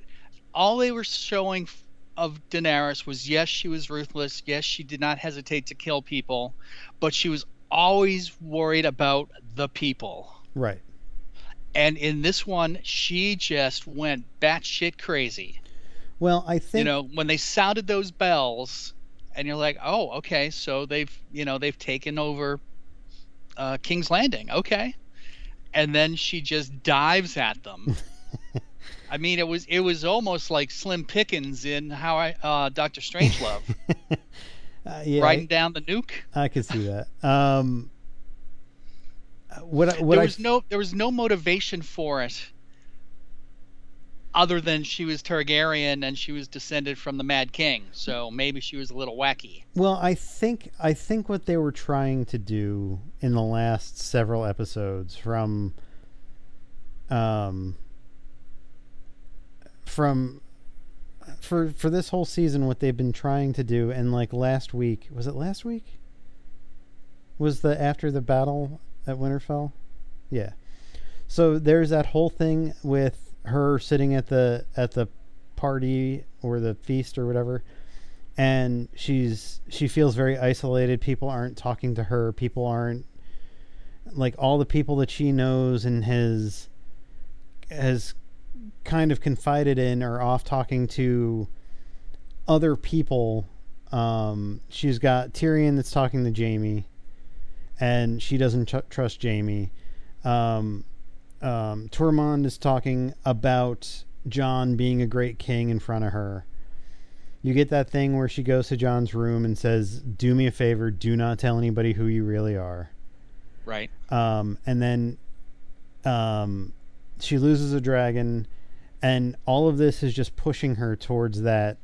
[SPEAKER 2] all they were showing f- of Daenerys was yes, she was ruthless, yes, she did not hesitate to kill people, but she was always worried about the people.
[SPEAKER 1] right
[SPEAKER 2] And in this one, she just went batshit crazy.
[SPEAKER 1] well i think
[SPEAKER 2] You know, when they sounded those bells, and you're like, oh, okay, so they've, you know, they've taken over uh, King's Landing, okay, and then she just dives at them. I mean, it was it was almost like Slim Pickens in how I uh, Doctor Strangelove
[SPEAKER 1] uh, yeah,
[SPEAKER 2] riding down the nuke.
[SPEAKER 1] I, I could see that um what I, what
[SPEAKER 2] there
[SPEAKER 1] I
[SPEAKER 2] was no there was no motivation for it other than she was Targaryen and she was descended from the Mad King, so maybe she was a little wacky.
[SPEAKER 1] Well, I think I think what they were trying to do in the last several episodes from um from for for this whole season what they've been trying to do and like last week, was it last week? Was the after the battle at Winterfell? Yeah. So there's that whole thing with her sitting at the at the party or the feast or whatever and she's she feels very isolated people aren't talking to her people aren't like all the people that she knows and has has kind of confided in are off talking to other people um she's got Tyrion that's talking to Jamie and she doesn't tr- trust Jamie um um, Tormund is talking about John being a great king in front of her. You get that thing where she goes to John's room and says, "Do me a favor, do not tell anybody who you really are."
[SPEAKER 2] Right.
[SPEAKER 1] Um, and then um, she loses a dragon, and all of this is just pushing her towards that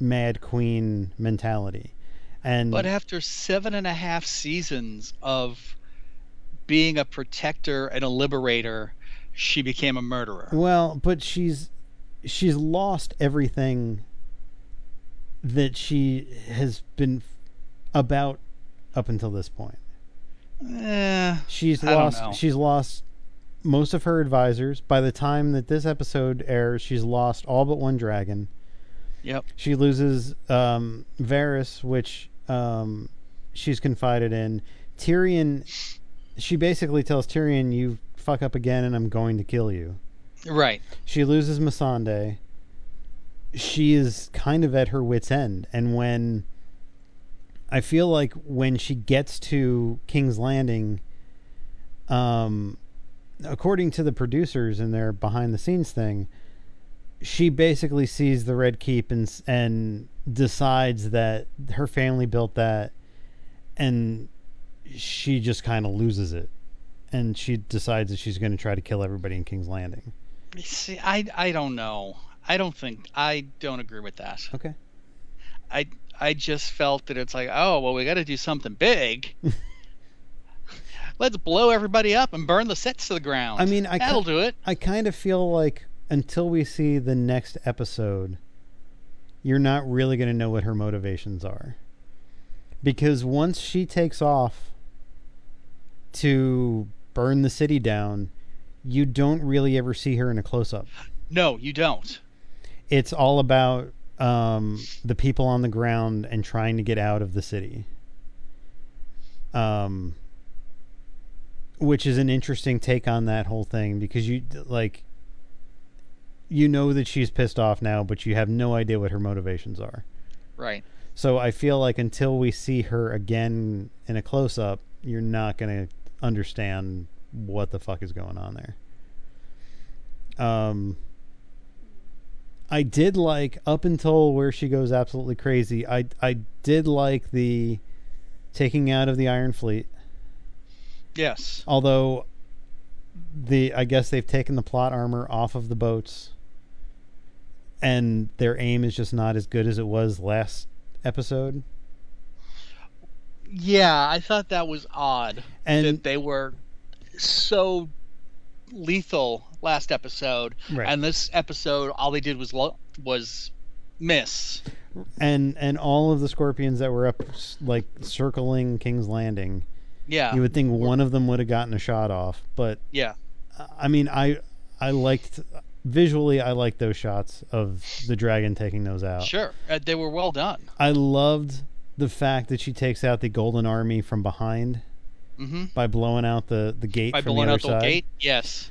[SPEAKER 1] mad queen mentality. And
[SPEAKER 2] But after seven and a half seasons of being a protector and a liberator, she became a murderer.
[SPEAKER 1] Well, but she's she's lost everything that she has been about up until this point.
[SPEAKER 2] Eh,
[SPEAKER 1] She's
[SPEAKER 2] I don't know.
[SPEAKER 1] lost she's lost most of her advisors. By the time that this episode airs, she's lost all but one dragon.
[SPEAKER 2] Yep.
[SPEAKER 1] She loses um Varys, which um she's confided in. Tyrion she basically tells Tyrion, You fuck up again and I'm going to kill you.
[SPEAKER 2] right.
[SPEAKER 1] She loses Masande. She is kind of at her wits' end. And when I feel like when she gets to King's Landing, um, according to the producers and their behind the scenes thing, she basically sees the Red Keep and, s- and decides that her family built that and she just kind of loses it. And she decides that she's going to try to kill everybody in King's Landing.
[SPEAKER 2] See, I I don't know. I don't think I don't agree with that.
[SPEAKER 1] Okay.
[SPEAKER 2] I I just felt that it's like, oh well, we got to do something big. Let's blow everybody up and burn the sets to the ground.
[SPEAKER 1] I mean, I
[SPEAKER 2] that'll
[SPEAKER 1] ca-
[SPEAKER 2] do it.
[SPEAKER 1] I kind of feel like until we see the next episode, you're not really going to know what her motivations are. Because once she takes off to burn the city down, you don't really ever see her in a close up.
[SPEAKER 2] No, you don't.
[SPEAKER 1] It's all about um, the people on the ground and trying to get out of the city. Um, which is an interesting take on that whole thing because you like you know that she's pissed off now, but you have no idea what her motivations are.
[SPEAKER 2] Right.
[SPEAKER 1] So I feel like until we see her again in a close up, you're not going to understand what the fuck is going on there. Um I did like up until where she goes absolutely crazy. I I did like the taking out of the Iron Fleet,
[SPEAKER 2] Yes.
[SPEAKER 1] although the I guess they've taken the plot armor off of the boats and their aim is just not as good as it was last episode.
[SPEAKER 2] Yeah, I thought that was odd
[SPEAKER 1] And
[SPEAKER 2] that they were so lethal last episode,
[SPEAKER 1] Right.
[SPEAKER 2] and this episode all they did was lo- was miss.
[SPEAKER 1] and and all of the scorpions that were up s- like circling King's Landing,
[SPEAKER 2] Yeah.
[SPEAKER 1] you would think one of them would have gotten a shot off. But
[SPEAKER 2] yeah.
[SPEAKER 1] uh, I mean, I I liked visually, I liked those shots of the dragon taking those out.
[SPEAKER 2] Sure. Uh, they were well done.
[SPEAKER 1] I loved the fact that she takes out the Golden Army from behind
[SPEAKER 2] Mm-hmm.
[SPEAKER 1] by blowing out the the gate
[SPEAKER 2] By
[SPEAKER 1] from
[SPEAKER 2] blowing
[SPEAKER 1] the other
[SPEAKER 2] out the
[SPEAKER 1] side.
[SPEAKER 2] gate. Yes.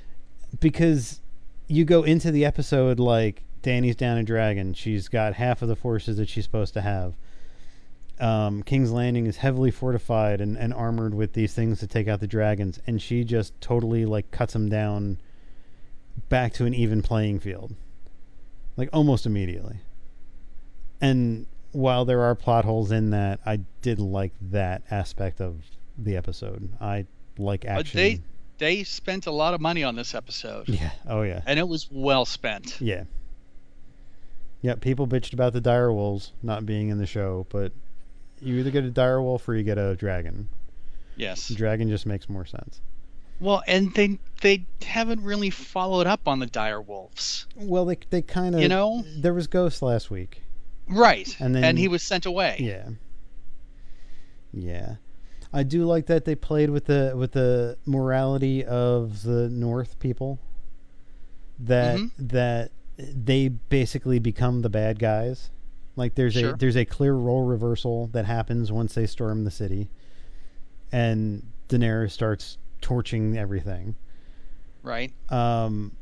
[SPEAKER 1] because you go into the episode like Danny's down a dragon. She's got half of the forces that she's supposed to have. Um, King's Landing is heavily fortified and, and armored with these things to take out the dragons, and she just totally like cuts them down back to an even playing field, like almost immediately. And while there are plot holes in that, I did like that aspect of the episode. I like
[SPEAKER 2] But
[SPEAKER 1] action.
[SPEAKER 2] they they spent a lot of money on this episode,
[SPEAKER 1] yeah. Oh yeah.
[SPEAKER 2] and it was well spent.
[SPEAKER 1] Yeah. Yeah, people bitched about the direwolves not being in the show, but you either get a direwolf or you get a dragon.
[SPEAKER 2] Yes.
[SPEAKER 1] Dragon just makes more sense.
[SPEAKER 2] Well, and they they haven't really followed up on the dire wolves.
[SPEAKER 1] Well, they they kind of
[SPEAKER 2] You know?
[SPEAKER 1] there was Ghost last week.
[SPEAKER 2] Right.
[SPEAKER 1] And then-
[SPEAKER 2] and he was sent away.
[SPEAKER 1] Yeah. Yeah. I do like that they played with the with the morality of the North people. That
[SPEAKER 2] Mhm.
[SPEAKER 1] that they basically become the bad guys. Like there's
[SPEAKER 2] Sure.
[SPEAKER 1] a there's a clear role reversal that happens once they storm the city, and Daenerys starts torching everything.
[SPEAKER 2] Right.
[SPEAKER 1] Um,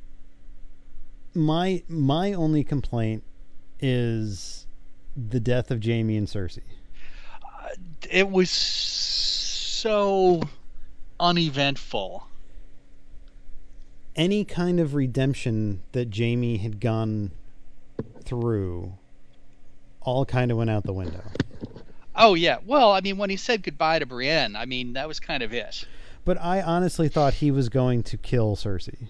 [SPEAKER 1] my my only complaint is the death of Jamie and Cersei.
[SPEAKER 2] It was so uneventful.
[SPEAKER 1] Any kind of redemption that Jamie had gone through all kind of went out the window.
[SPEAKER 2] Oh yeah. Well, I mean, when he said goodbye to Brienne, I mean that was kind of it.
[SPEAKER 1] But I honestly thought he was going to kill Cersei.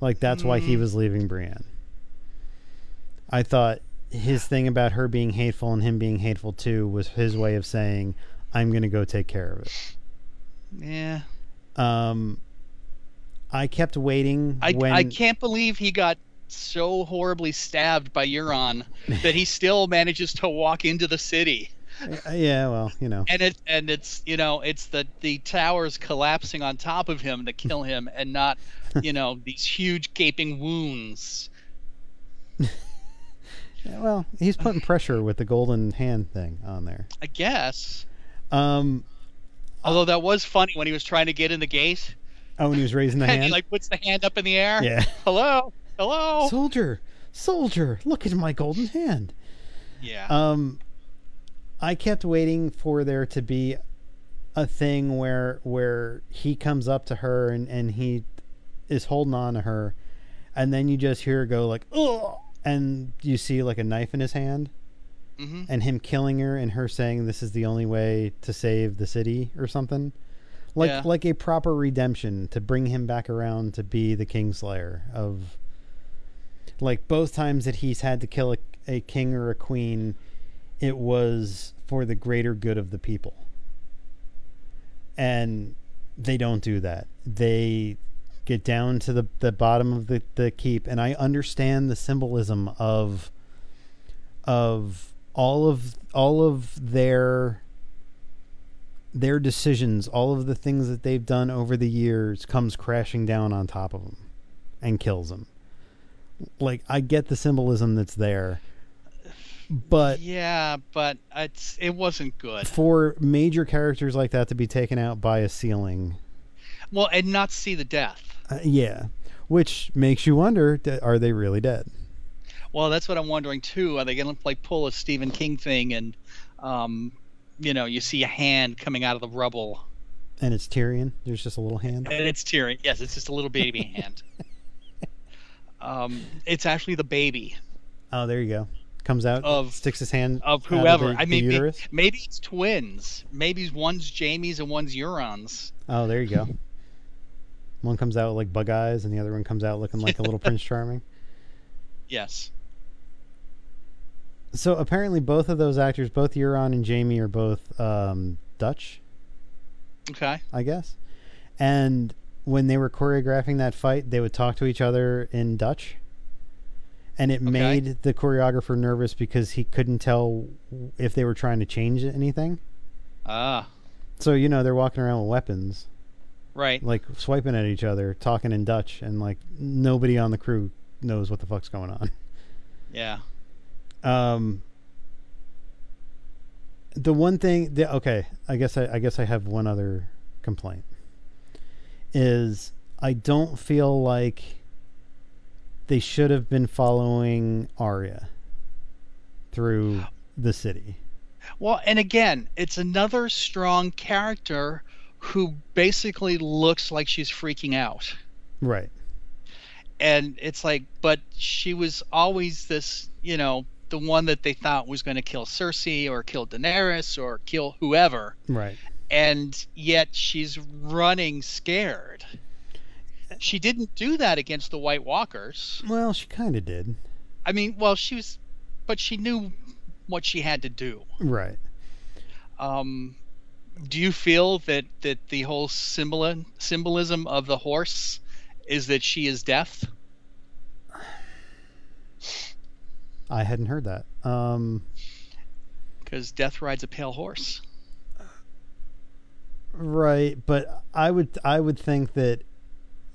[SPEAKER 1] Like that's why he
[SPEAKER 2] Mm.
[SPEAKER 1] was leaving Brienne. I thought his thing about her being hateful and him being hateful too was his way of saying, I'm gonna go take care of it.
[SPEAKER 2] Yeah.
[SPEAKER 1] Um, I kept waiting
[SPEAKER 2] I
[SPEAKER 1] when
[SPEAKER 2] I can't believe he got so horribly stabbed by Euron that he still manages to walk into the city.
[SPEAKER 1] Uh, Yeah, well, you know,
[SPEAKER 2] and it and it's you know it's the the towers collapsing on top of him to kill him and not you know these huge gaping wounds
[SPEAKER 1] well, he's putting pressure with the golden hand thing on there.
[SPEAKER 2] i guess
[SPEAKER 1] Um,
[SPEAKER 2] although that was funny when he was trying to get in the gate
[SPEAKER 1] oh, and he was raising the
[SPEAKER 2] and he
[SPEAKER 1] hand.
[SPEAKER 2] like oh. puts the hand up in the air
[SPEAKER 1] yeah,
[SPEAKER 2] hello hello
[SPEAKER 1] soldier, soldier, look at my golden hand.
[SPEAKER 2] yeah
[SPEAKER 1] Um, I kept waiting for there to be a thing where where he comes up to her and and he is holding on to her, and then you just hear her go like, oh, and you see like a knife in his hand.
[SPEAKER 2] hmm
[SPEAKER 1] and him killing her and her saying this is the only way to save the city or something like
[SPEAKER 2] Yeah.
[SPEAKER 1] like a proper redemption to bring him back around to be the kingslayer of like both times that he's had to kill a, a king or a queen it was for the greater good of the people and they don't do that they get down to the, the bottom of the, the keep and i understand the symbolism of of all of all of their their decisions, all of the things that they've done over the years comes crashing down on top of them and kills them. Like I get the symbolism that's there, but
[SPEAKER 2] yeah but it's it wasn't good
[SPEAKER 1] for major characters like that to be taken out by a ceiling,
[SPEAKER 2] well and not see the death
[SPEAKER 1] uh, yeah, which makes you wonder: d- Are they really dead?
[SPEAKER 2] well that's what i'm wondering too are they gonna like pull a stephen king thing and um you know you see a hand coming out of the rubble
[SPEAKER 1] And it's Tyrion. There's just a little hand.
[SPEAKER 2] and it's tearing. Yes, it's just a little baby hand. Um, it's actually the baby
[SPEAKER 1] Oh, there you go. Comes out,
[SPEAKER 2] Of-
[SPEAKER 1] sticks his hand
[SPEAKER 2] of
[SPEAKER 1] out the-
[SPEAKER 2] whoever.
[SPEAKER 1] the
[SPEAKER 2] I mean, may-
[SPEAKER 1] uterus.
[SPEAKER 2] maybe it's twins. Maybe one's Jamie's and one's Euron's.
[SPEAKER 1] Oh, there you go. One comes out with like bug eyes, and the other one comes out looking like a little Prince Charming.
[SPEAKER 2] Yes.
[SPEAKER 1] So apparently, both of those actors, both Euron and Jamie, are both um, Dutch,
[SPEAKER 2] Okay.
[SPEAKER 1] I guess. And when they were choreographing that fight, they would talk to each other in Dutch, and it
[SPEAKER 2] Okay.
[SPEAKER 1] made the choreographer nervous because he couldn't tell if they were trying to change anything.
[SPEAKER 2] Ah,
[SPEAKER 1] So you know, they're walking around with weapons,
[SPEAKER 2] right.
[SPEAKER 1] like swiping at each other, talking in Dutch, and like nobody on the crew knows what the fuck's going on.
[SPEAKER 2] Yeah.
[SPEAKER 1] Um, the one thing, the, okay, I guess I, I guess I have one other complaint. Is I don't feel like they should have been following Arya through the city.
[SPEAKER 2] Well, and again, it's another strong character who basically looks like she's freaking out.
[SPEAKER 1] Right.
[SPEAKER 2] and it's like but she was always this you know the one that they thought was going to kill Cersei or kill Daenerys or kill whoever
[SPEAKER 1] Right.
[SPEAKER 2] and yet she's running scared she didn't do that against the white walkers
[SPEAKER 1] Well, she kind of did.
[SPEAKER 2] i mean well she was but she knew what she had to do.
[SPEAKER 1] Right.
[SPEAKER 2] Um, do you feel that that the whole symbol symbolism of the horse is that she is deaf?
[SPEAKER 1] I hadn't heard that. Um,
[SPEAKER 2] Because death rides a pale horse.
[SPEAKER 1] right, but I would I would think that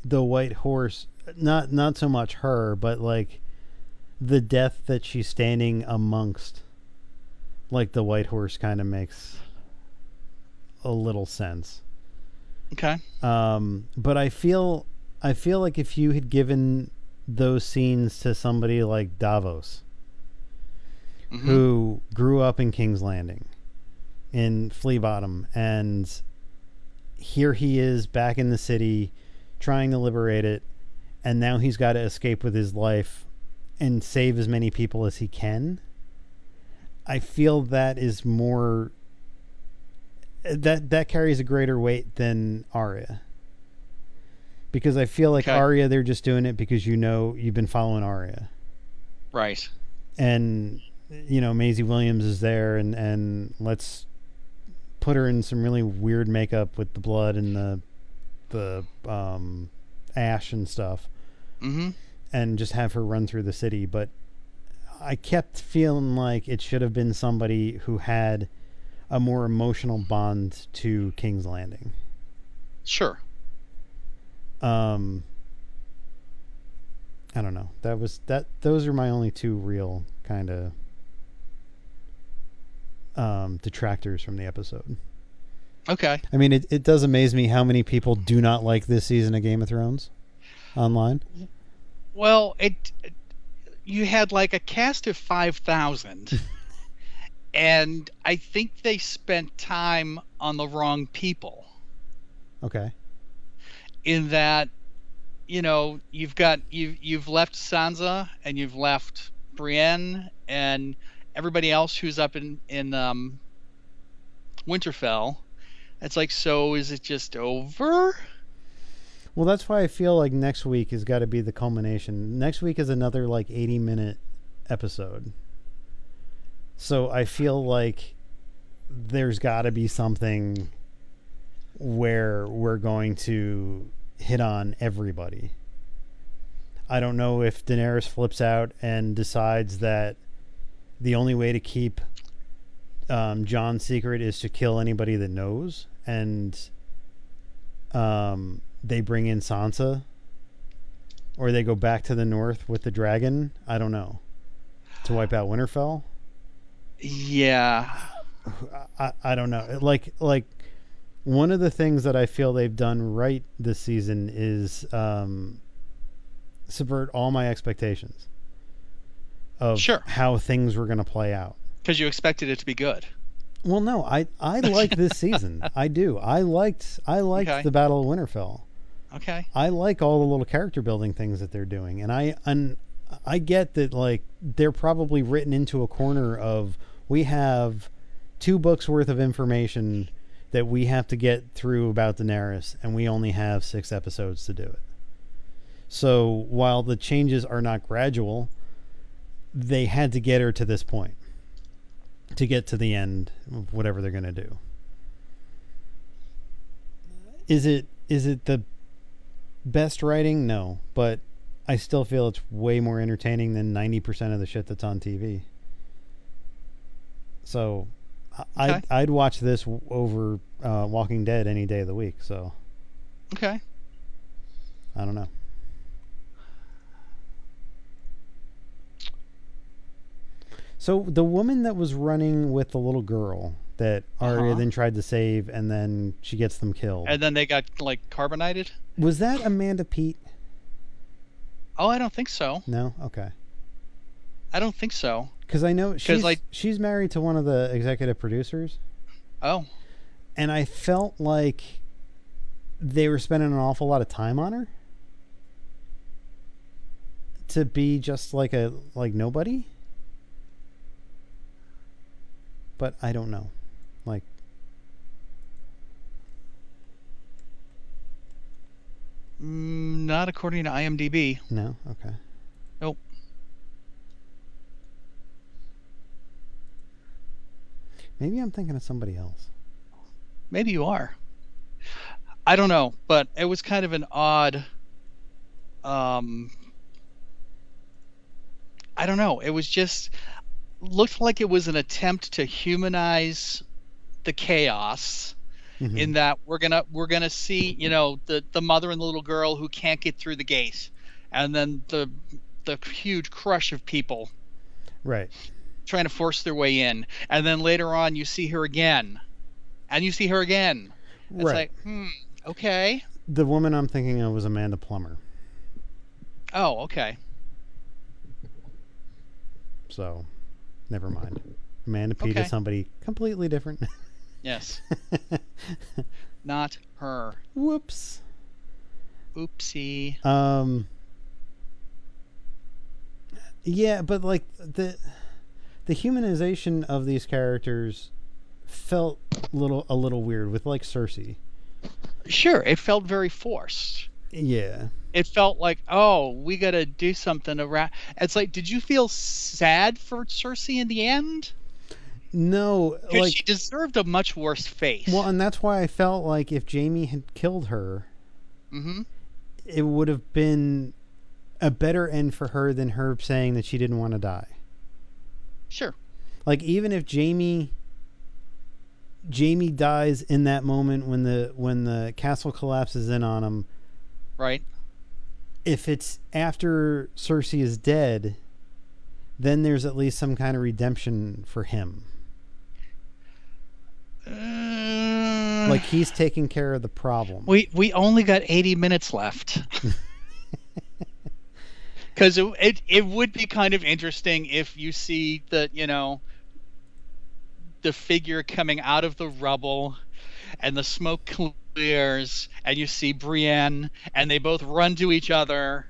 [SPEAKER 1] the white horse, not not so much her, but like the death that she's standing amongst, like the white horse, kind of makes a little sense.
[SPEAKER 2] Okay.
[SPEAKER 1] Um, but I feel I feel like if you had given those scenes to somebody like Davos,
[SPEAKER 2] Mhm.
[SPEAKER 1] who grew up in King's Landing, in Flea Bottom, and here he is back in the city, trying to liberate it, and now he's got to escape with his life, and save as many people as he can. I feel that is more. That that carries a greater weight than Arya. Because I feel like
[SPEAKER 2] Okay.
[SPEAKER 1] Arya, they're just doing it because you know you've been following Arya
[SPEAKER 2] Right.
[SPEAKER 1] and you know Maisie Williams is there, and and let's put her in some really weird makeup with the blood and the the um, ash and stuff,
[SPEAKER 2] Mm-hmm.
[SPEAKER 1] and just have her run through the city. But I kept feeling like it should have been somebody who had a more emotional bond to King's Landing.
[SPEAKER 2] Sure.
[SPEAKER 1] Um, I don't know. That was that. Those are my only two real kind of um, detractors from the episode.
[SPEAKER 2] Okay.
[SPEAKER 1] I mean, it, it does amaze me how many people do not like this season of Game of Thrones online.
[SPEAKER 2] Well, it you had like a cast of 5,000 and I think they spent time on the wrong people
[SPEAKER 1] Okay.
[SPEAKER 2] in that you know, you've got you you've left Sansa and you've left Brienne and everybody else who's up in in um Winterfell. It's like so is it just over?
[SPEAKER 1] Well, that's why I feel like next week has got to be the culmination. Next week is another like 80 minute episode. So I feel like there's got to be something where we're going to hit on everybody. I don't know if Daenerys flips out and decides that the only way to keep um, John's secret is to kill anybody that knows, and um, they bring in Sansa, or they go back to the north with the dragon. I don't know to wipe out Winterfell.
[SPEAKER 2] Yeah.
[SPEAKER 1] I, I don't know. Like like one of the things that I feel they've done right this season is um, subvert all my expectations of
[SPEAKER 2] Sure.
[SPEAKER 1] how things were going to play out.
[SPEAKER 2] Cuz you expected it to be good.
[SPEAKER 1] Well, no, I I like this season. I do. I liked I liked
[SPEAKER 2] Okay.
[SPEAKER 1] the Battle of Winterfell.
[SPEAKER 2] Okay.
[SPEAKER 1] I like all the little character building things that they're doing, and I and I get that like they're probably written into a corner of we have two books worth of information that we have to get through about Daenerys, and we only have six episodes to do it. So while the changes are not gradual, they had to get her to this point to get to the end of whatever they're going to do. Is it is it the best writing? No, but I still feel it's way more entertaining than 90% of the shit that's on TV. So I
[SPEAKER 2] Okay.
[SPEAKER 1] I'd, I'd watch this w- over uh, Walking Dead any day of the week, so
[SPEAKER 2] Okay.
[SPEAKER 1] I don't know. So the woman that was running with the little girl that Arya
[SPEAKER 2] Uh-huh.
[SPEAKER 1] then tried to save, and then she gets them killed.
[SPEAKER 2] And then they got like carbonated?
[SPEAKER 1] was that Amanda Pete?
[SPEAKER 2] Oh, I don't think so.
[SPEAKER 1] No, okay.
[SPEAKER 2] I don't think so.
[SPEAKER 1] Because I know she's
[SPEAKER 2] like-
[SPEAKER 1] she's married to one of the executive producers,
[SPEAKER 2] Oh,
[SPEAKER 1] and I felt like they were spending an awful lot of time on her to be just like a like nobody. But I don't know. Like
[SPEAKER 2] mm, not according to IMDb.
[SPEAKER 1] no, okay.
[SPEAKER 2] Nope.
[SPEAKER 1] Maybe I'm thinking of somebody else.
[SPEAKER 2] Maybe you are. I don't know, but it was kind of an odd. Um, I don't know. It was just looked like it was an attempt to humanize the chaos
[SPEAKER 1] Mhm.
[SPEAKER 2] in that we're gonna we're gonna see you know the the mother and the little girl who can't get through the gate, and then the the huge crush of people
[SPEAKER 1] right.
[SPEAKER 2] trying to force their way in, and then later on you see her again, and you see her again. It's
[SPEAKER 1] right.
[SPEAKER 2] like, hmm, okay.
[SPEAKER 1] the woman I'm thinking of was Amanda Plummer.
[SPEAKER 2] Oh, okay.
[SPEAKER 1] So, never mind. Amanda P
[SPEAKER 2] Okay.
[SPEAKER 1] is somebody completely different.
[SPEAKER 2] Yes. Not her.
[SPEAKER 1] Whoops.
[SPEAKER 2] Oopsie.
[SPEAKER 1] Um. Yeah, but like the the humanization of these characters felt little a little weird with like Cersei.
[SPEAKER 2] Sure, it felt very forced.
[SPEAKER 1] Yeah.
[SPEAKER 2] It felt like, oh, we gotta do something around. It's like, did you feel sad for Cersei in the end?
[SPEAKER 1] No,
[SPEAKER 2] 'Cause
[SPEAKER 1] like
[SPEAKER 2] she deserved a much worse face.
[SPEAKER 1] well, and that's why I felt like if Jamie had killed her,
[SPEAKER 2] mm-hmm.
[SPEAKER 1] it would have been a better end for her than her saying that she didn't want to die.
[SPEAKER 2] Sure.
[SPEAKER 1] like even if Jamie Jamie dies in that moment when the when the castle collapses in on him,
[SPEAKER 2] Right.
[SPEAKER 1] if it's after Cersei is dead, then there's at least some kind of redemption for him. Like
[SPEAKER 2] Like
[SPEAKER 1] he's taking care of the problem.
[SPEAKER 2] Mm. we we only got 80 minutes left. Because it, it it would be kind of interesting if you see the you know the figure coming out of the rubble, and the smoke clears, and you see Brienne, and they both run to each other.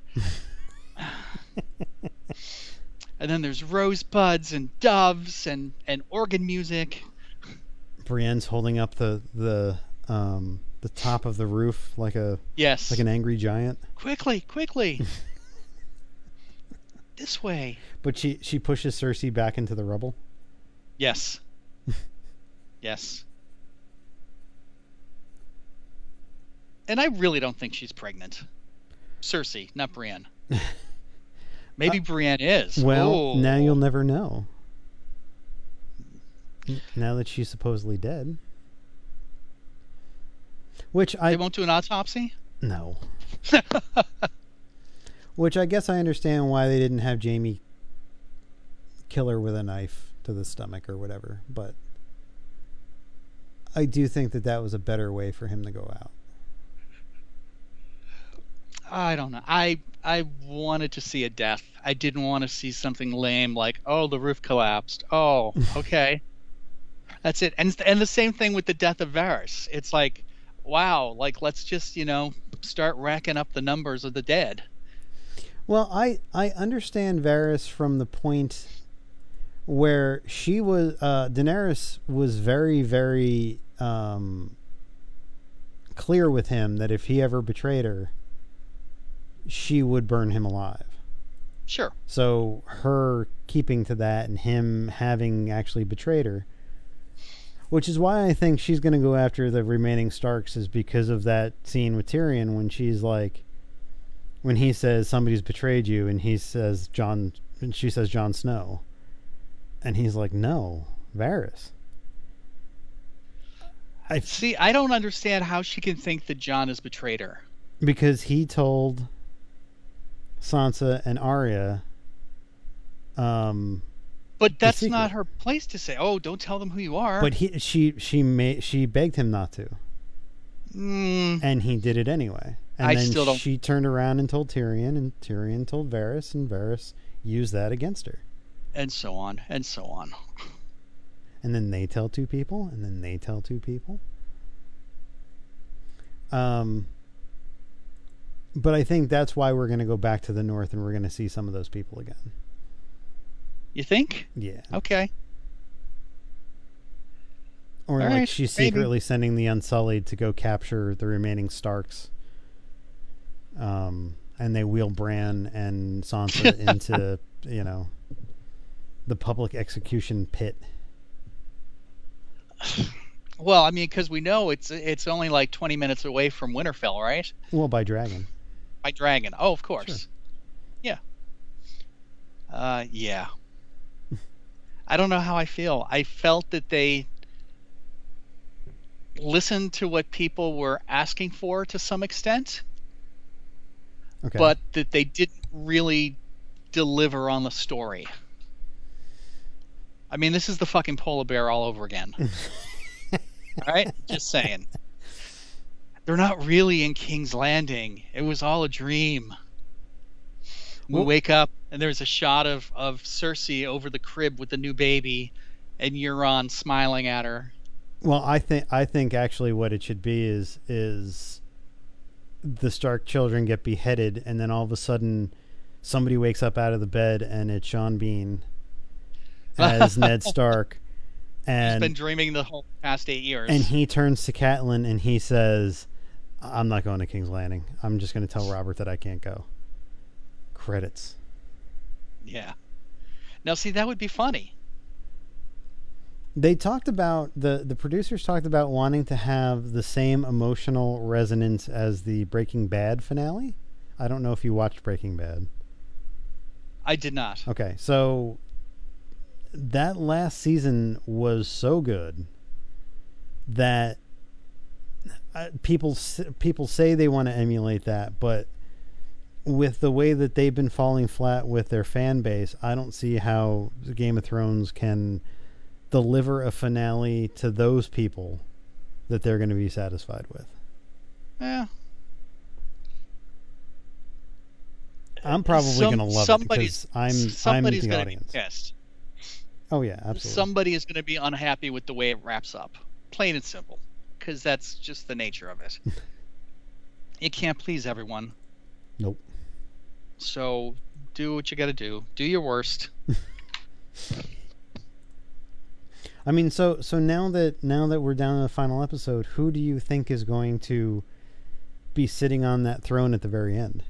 [SPEAKER 2] and then there's rosebuds and doves and and organ music.
[SPEAKER 1] Brienne's holding up the the um the top of the roof like a
[SPEAKER 2] Yes.
[SPEAKER 1] like an angry giant,
[SPEAKER 2] quickly, quickly. this way.
[SPEAKER 1] but she she pushes Cersei back into the rubble.
[SPEAKER 2] Yes. yes. And I really don't think she's pregnant. Cersei, not Brienne. Maybe Brienne is.
[SPEAKER 1] Uh, Well,
[SPEAKER 2] Ooh.
[SPEAKER 1] now you'll never know. N- Now that she's supposedly dead. Which
[SPEAKER 2] They
[SPEAKER 1] I
[SPEAKER 2] won't do an autopsy?
[SPEAKER 1] no. Which I guess I understand why they didn't have Jamie kill her with a knife to the stomach or whatever, but I do think that that was a better way for him to go out.
[SPEAKER 2] I don't know. I I wanted to see a death. I didn't want to see something lame like, oh, the roof collapsed. Oh, okay. That's it. And and the same thing with the death of Varys. It's like, wow, like let's just, you know, start racking up the numbers of the dead.
[SPEAKER 1] Well, I I understand Varys from the point where she was uh, Daenerys was very very um, clear with him that if he ever betrayed her, she would burn him alive.
[SPEAKER 2] Sure.
[SPEAKER 1] So her keeping to that and him having actually betrayed her, which is why I think she's going to go after the remaining Starks is because of that scene with Tyrion when she's like, when he says somebody's betrayed you, and he says John, and she says John Snow, and he's like, no, Varys. I
[SPEAKER 2] See, I don't understand how she can think that John has betrayed her.
[SPEAKER 1] because he told Sansa and Arya. Um,
[SPEAKER 2] But that's
[SPEAKER 1] secret.
[SPEAKER 2] not her place to say, "Oh, don't tell them who you are."
[SPEAKER 1] But he, she, she made, she begged him not to,
[SPEAKER 2] Mm,
[SPEAKER 1] and he did it anyway. And
[SPEAKER 2] I
[SPEAKER 1] then
[SPEAKER 2] still don't-
[SPEAKER 1] she turned around and told Tyrion, and Tyrion told Varys, and Varys used that against her.
[SPEAKER 2] and so on, and so on.
[SPEAKER 1] And then they tell two people, and then they tell two people. Um. But I think that's why we're going to go back to the north, and we're going to see some of those people again.
[SPEAKER 2] You think?
[SPEAKER 1] Yeah.
[SPEAKER 2] Okay.
[SPEAKER 1] Or
[SPEAKER 2] All
[SPEAKER 1] like
[SPEAKER 2] right,
[SPEAKER 1] she's
[SPEAKER 2] maybe.
[SPEAKER 1] secretly sending the Unsullied to go capture the remaining Starks. Um, and they wheel Bran and Sansa into you know the public execution pit.
[SPEAKER 2] Well, I mean, because we know it's it's only like 20 minutes away from Winterfell, right?
[SPEAKER 1] Well, by dragon.
[SPEAKER 2] By dragon. Oh, of course. Yeah. Uh, yeah. I don't know how I feel. I felt that they listened to what people were asking for to some extent,
[SPEAKER 1] Okay.
[SPEAKER 2] but that they didn't really deliver on the story. I mean, this is the fucking polar bear all over again. all right? Just saying. They're not really in King's Landing. It was all a dream. We
[SPEAKER 1] Well-
[SPEAKER 2] wake up and there's a shot of, of Cersei over the crib with the new baby and Euron smiling at her.
[SPEAKER 1] Well, I think I think actually what it should be is is the Stark children get beheaded, and then all of a sudden somebody wakes up out of the bed, and it's Sean Bean as Ned Stark,
[SPEAKER 2] He's been
[SPEAKER 1] and
[SPEAKER 2] dreaming the whole past eight years.
[SPEAKER 1] and he turns to Catelyn and he says, "I'm not going to King's Landing. I'm just going to tell Robert that I can't go." Credits.
[SPEAKER 2] yeah. Now, see, that would be funny.
[SPEAKER 1] They talked about the the producers talked about wanting to have the same emotional resonance as the Breaking Bad finale. I don't know if you watched Breaking Bad.
[SPEAKER 2] I did not.
[SPEAKER 1] Okay, so that last season was so good that uh, people s- people say they want to emulate that, but with the way that they've been falling flat with their fan base, I don't see how Game of Thrones can deliver a finale to those people that they're going to be satisfied with.
[SPEAKER 2] Yeah.
[SPEAKER 1] I'm probably
[SPEAKER 2] Some-
[SPEAKER 1] going to love it
[SPEAKER 2] somebody's-
[SPEAKER 1] because I'm I'm
[SPEAKER 2] somebody's
[SPEAKER 1] the
[SPEAKER 2] gonna be
[SPEAKER 1] audience.
[SPEAKER 2] pissed.
[SPEAKER 1] Oh yeah, absolutely.
[SPEAKER 2] Somebody is going to be unhappy with the way it wraps up. Plain and simple. Because that's just the nature of it. you can't please everyone.
[SPEAKER 1] Nope.
[SPEAKER 2] So do what you got to do. Do your worst.
[SPEAKER 1] I mean, so so now that now that we're down to the final episode, who do you think is going to be sitting on that throne at the very end?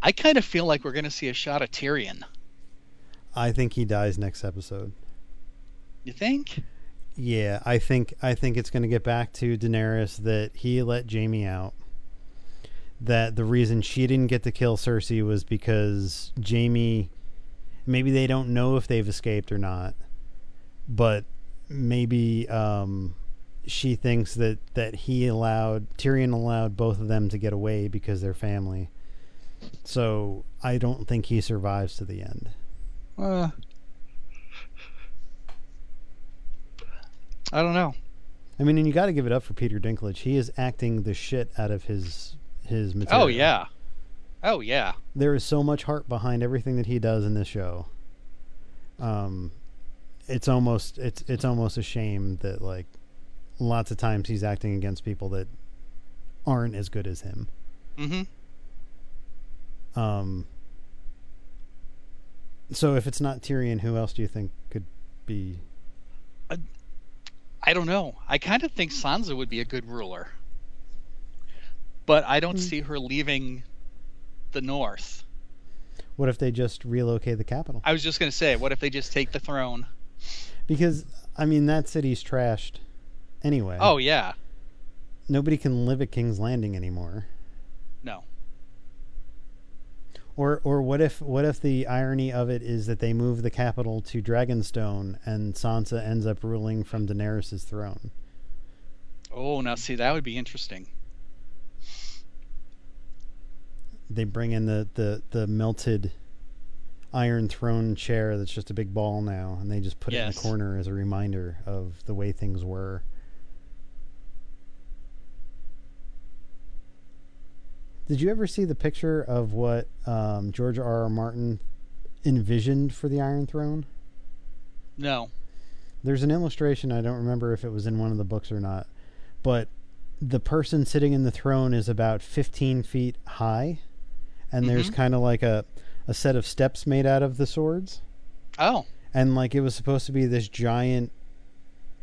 [SPEAKER 2] I kind of feel like we're going to see a shot of Tyrion.
[SPEAKER 1] I think he dies next episode.
[SPEAKER 2] You think?
[SPEAKER 1] Yeah, I think I think it's going to get back to Daenerys that he let Jamie out. That the reason she didn't get to kill Cersei was because Jamie maybe they don't know if they've escaped or not, but maybe um she thinks that that he allowed Tyrion allowed both of them to get away because they're family. So, I don't think he survives to the end.
[SPEAKER 2] Uh, I don't know.
[SPEAKER 1] I mean, and you got to give it up for Peter Dinklage. He is acting the shit out of his his material.
[SPEAKER 2] Oh, yeah. Oh, yeah.
[SPEAKER 1] there is so much heart behind everything that he does in this show. Um, it's almost it's it's almost a shame that like lots of times he's acting against people that aren't as good as him.
[SPEAKER 2] Mm-hmm.
[SPEAKER 1] Um, so if it's not Tyrion, who else do you think could be?
[SPEAKER 2] I don't know. I kind of think Sansa would be a good ruler. But I don't see her leaving the North.
[SPEAKER 1] What if they just relocate the capital?
[SPEAKER 2] I was just going to say, what if they just take the throne?
[SPEAKER 1] Because I mean, that city's trashed anyway.
[SPEAKER 2] Oh, yeah.
[SPEAKER 1] nobody can live at King's Landing anymore.
[SPEAKER 2] No.
[SPEAKER 1] Or or what if what if the irony of it is that they move the capital to Dragonstone and Sansa ends up ruling from Daenerys' throne?
[SPEAKER 2] Oh, now see, that would be interesting.
[SPEAKER 1] They bring in the, the, the melted iron throne chair that's just a big ball now and they just put it in
[SPEAKER 2] Yes.
[SPEAKER 1] the corner as a reminder of the way things were. Did you ever see the picture of what um, George R. R. Martin envisioned for the Iron Throne?
[SPEAKER 2] No.
[SPEAKER 1] there's an illustration i don't remember if it was in one of the books or not but the person sitting in the throne is about 15 feet high and there's
[SPEAKER 2] Mhm.
[SPEAKER 1] kind of like a, a set of steps made out of the swords
[SPEAKER 2] Oh,
[SPEAKER 1] and like it was supposed to be this giant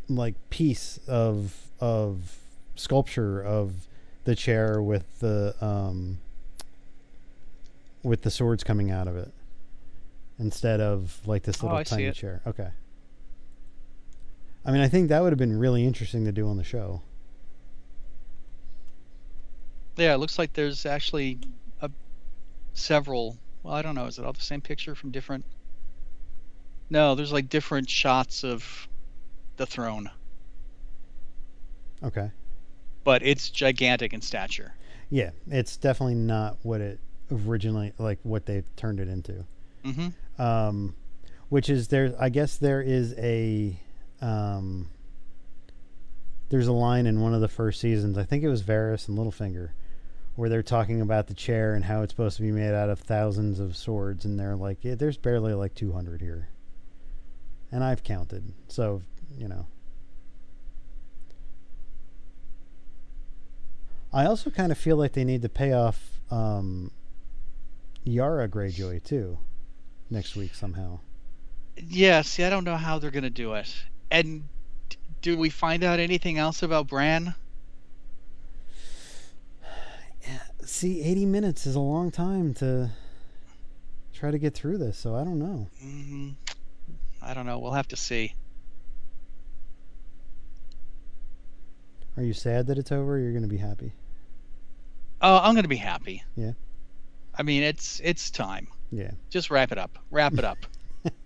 [SPEAKER 1] like piece of of sculpture of the chair with the um with the swords coming out of it instead of like this
[SPEAKER 2] Oh,
[SPEAKER 1] little
[SPEAKER 2] I see
[SPEAKER 1] tiny
[SPEAKER 2] it.
[SPEAKER 1] chair okay I mean, I think that would have been really interesting to do on the show.
[SPEAKER 2] Yeah, it looks like there's actually a, several. Well, I don't know. Is it all the same picture from different? No, there's like different shots of the throne,
[SPEAKER 1] Okay.
[SPEAKER 2] but it's gigantic in stature.
[SPEAKER 1] Yeah, it's definitely not what it originally like what they turned it into.
[SPEAKER 2] hmm
[SPEAKER 1] um, which is there. I guess there is a um, there's a line in one of the first seasons. I think it was Varys and Littlefinger, where they're talking about the chair and how it's supposed to be made out of thousands of swords, and they're like, yeah, "There's barely like 200 here," and I've counted. So you know. I also kind of feel like they need to pay off um, Yara Greyjoy too next week somehow.
[SPEAKER 2] Yeah. See, I don't know how they're gonna do it. And d- do we find out anything else about Bran?
[SPEAKER 1] See, 80 minutes is a long time to try to get through this, so I don't know.
[SPEAKER 2] Mm, I don't know. We'll have to see.
[SPEAKER 1] Are you sad that it's over or you're going to be happy?
[SPEAKER 2] Oh, I'm gonna be happy.
[SPEAKER 1] Yeah.
[SPEAKER 2] I mean, it's it's time.
[SPEAKER 1] Yeah.
[SPEAKER 2] Just wrap it up. Wrap it up.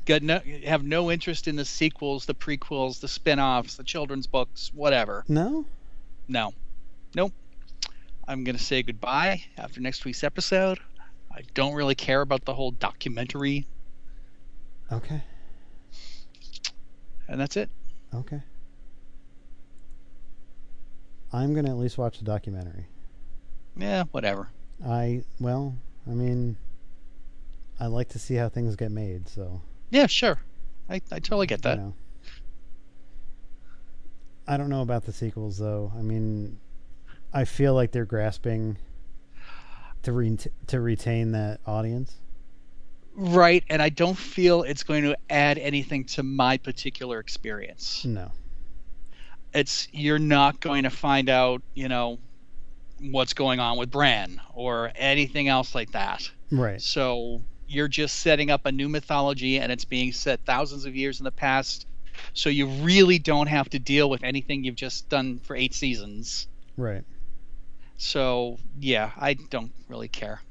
[SPEAKER 2] Got no have no interest in the sequels, the prequels, the spin-offs, the children's books, whatever.
[SPEAKER 1] No?
[SPEAKER 2] No. Nope. I'm gonna say goodbye after next week's episode. I don't really care about the whole documentary,
[SPEAKER 1] Okay.
[SPEAKER 2] and that's it.
[SPEAKER 1] Okay. I'm going to at least watch the documentary.
[SPEAKER 2] Yeah, whatever.
[SPEAKER 1] I, well, I mean, I like to see how things get made, so.
[SPEAKER 2] Yeah, sure. I, I totally get
[SPEAKER 1] you
[SPEAKER 2] that.
[SPEAKER 1] know. I don't know about the sequels though. I mean, I feel like they're grasping to re- to retain that audience.
[SPEAKER 2] Right, and I don't feel it's going to add anything to my particular experience.
[SPEAKER 1] No.
[SPEAKER 2] it's you're not going to find out, you know, what's going on with Bran or anything else like that.
[SPEAKER 1] Right.
[SPEAKER 2] So you're just setting up a new mythology and it's being set thousands of years in the past. So you really don't have to deal with anything you've just done for 8 seasons.
[SPEAKER 1] Right.
[SPEAKER 2] So, yeah, I don't really care.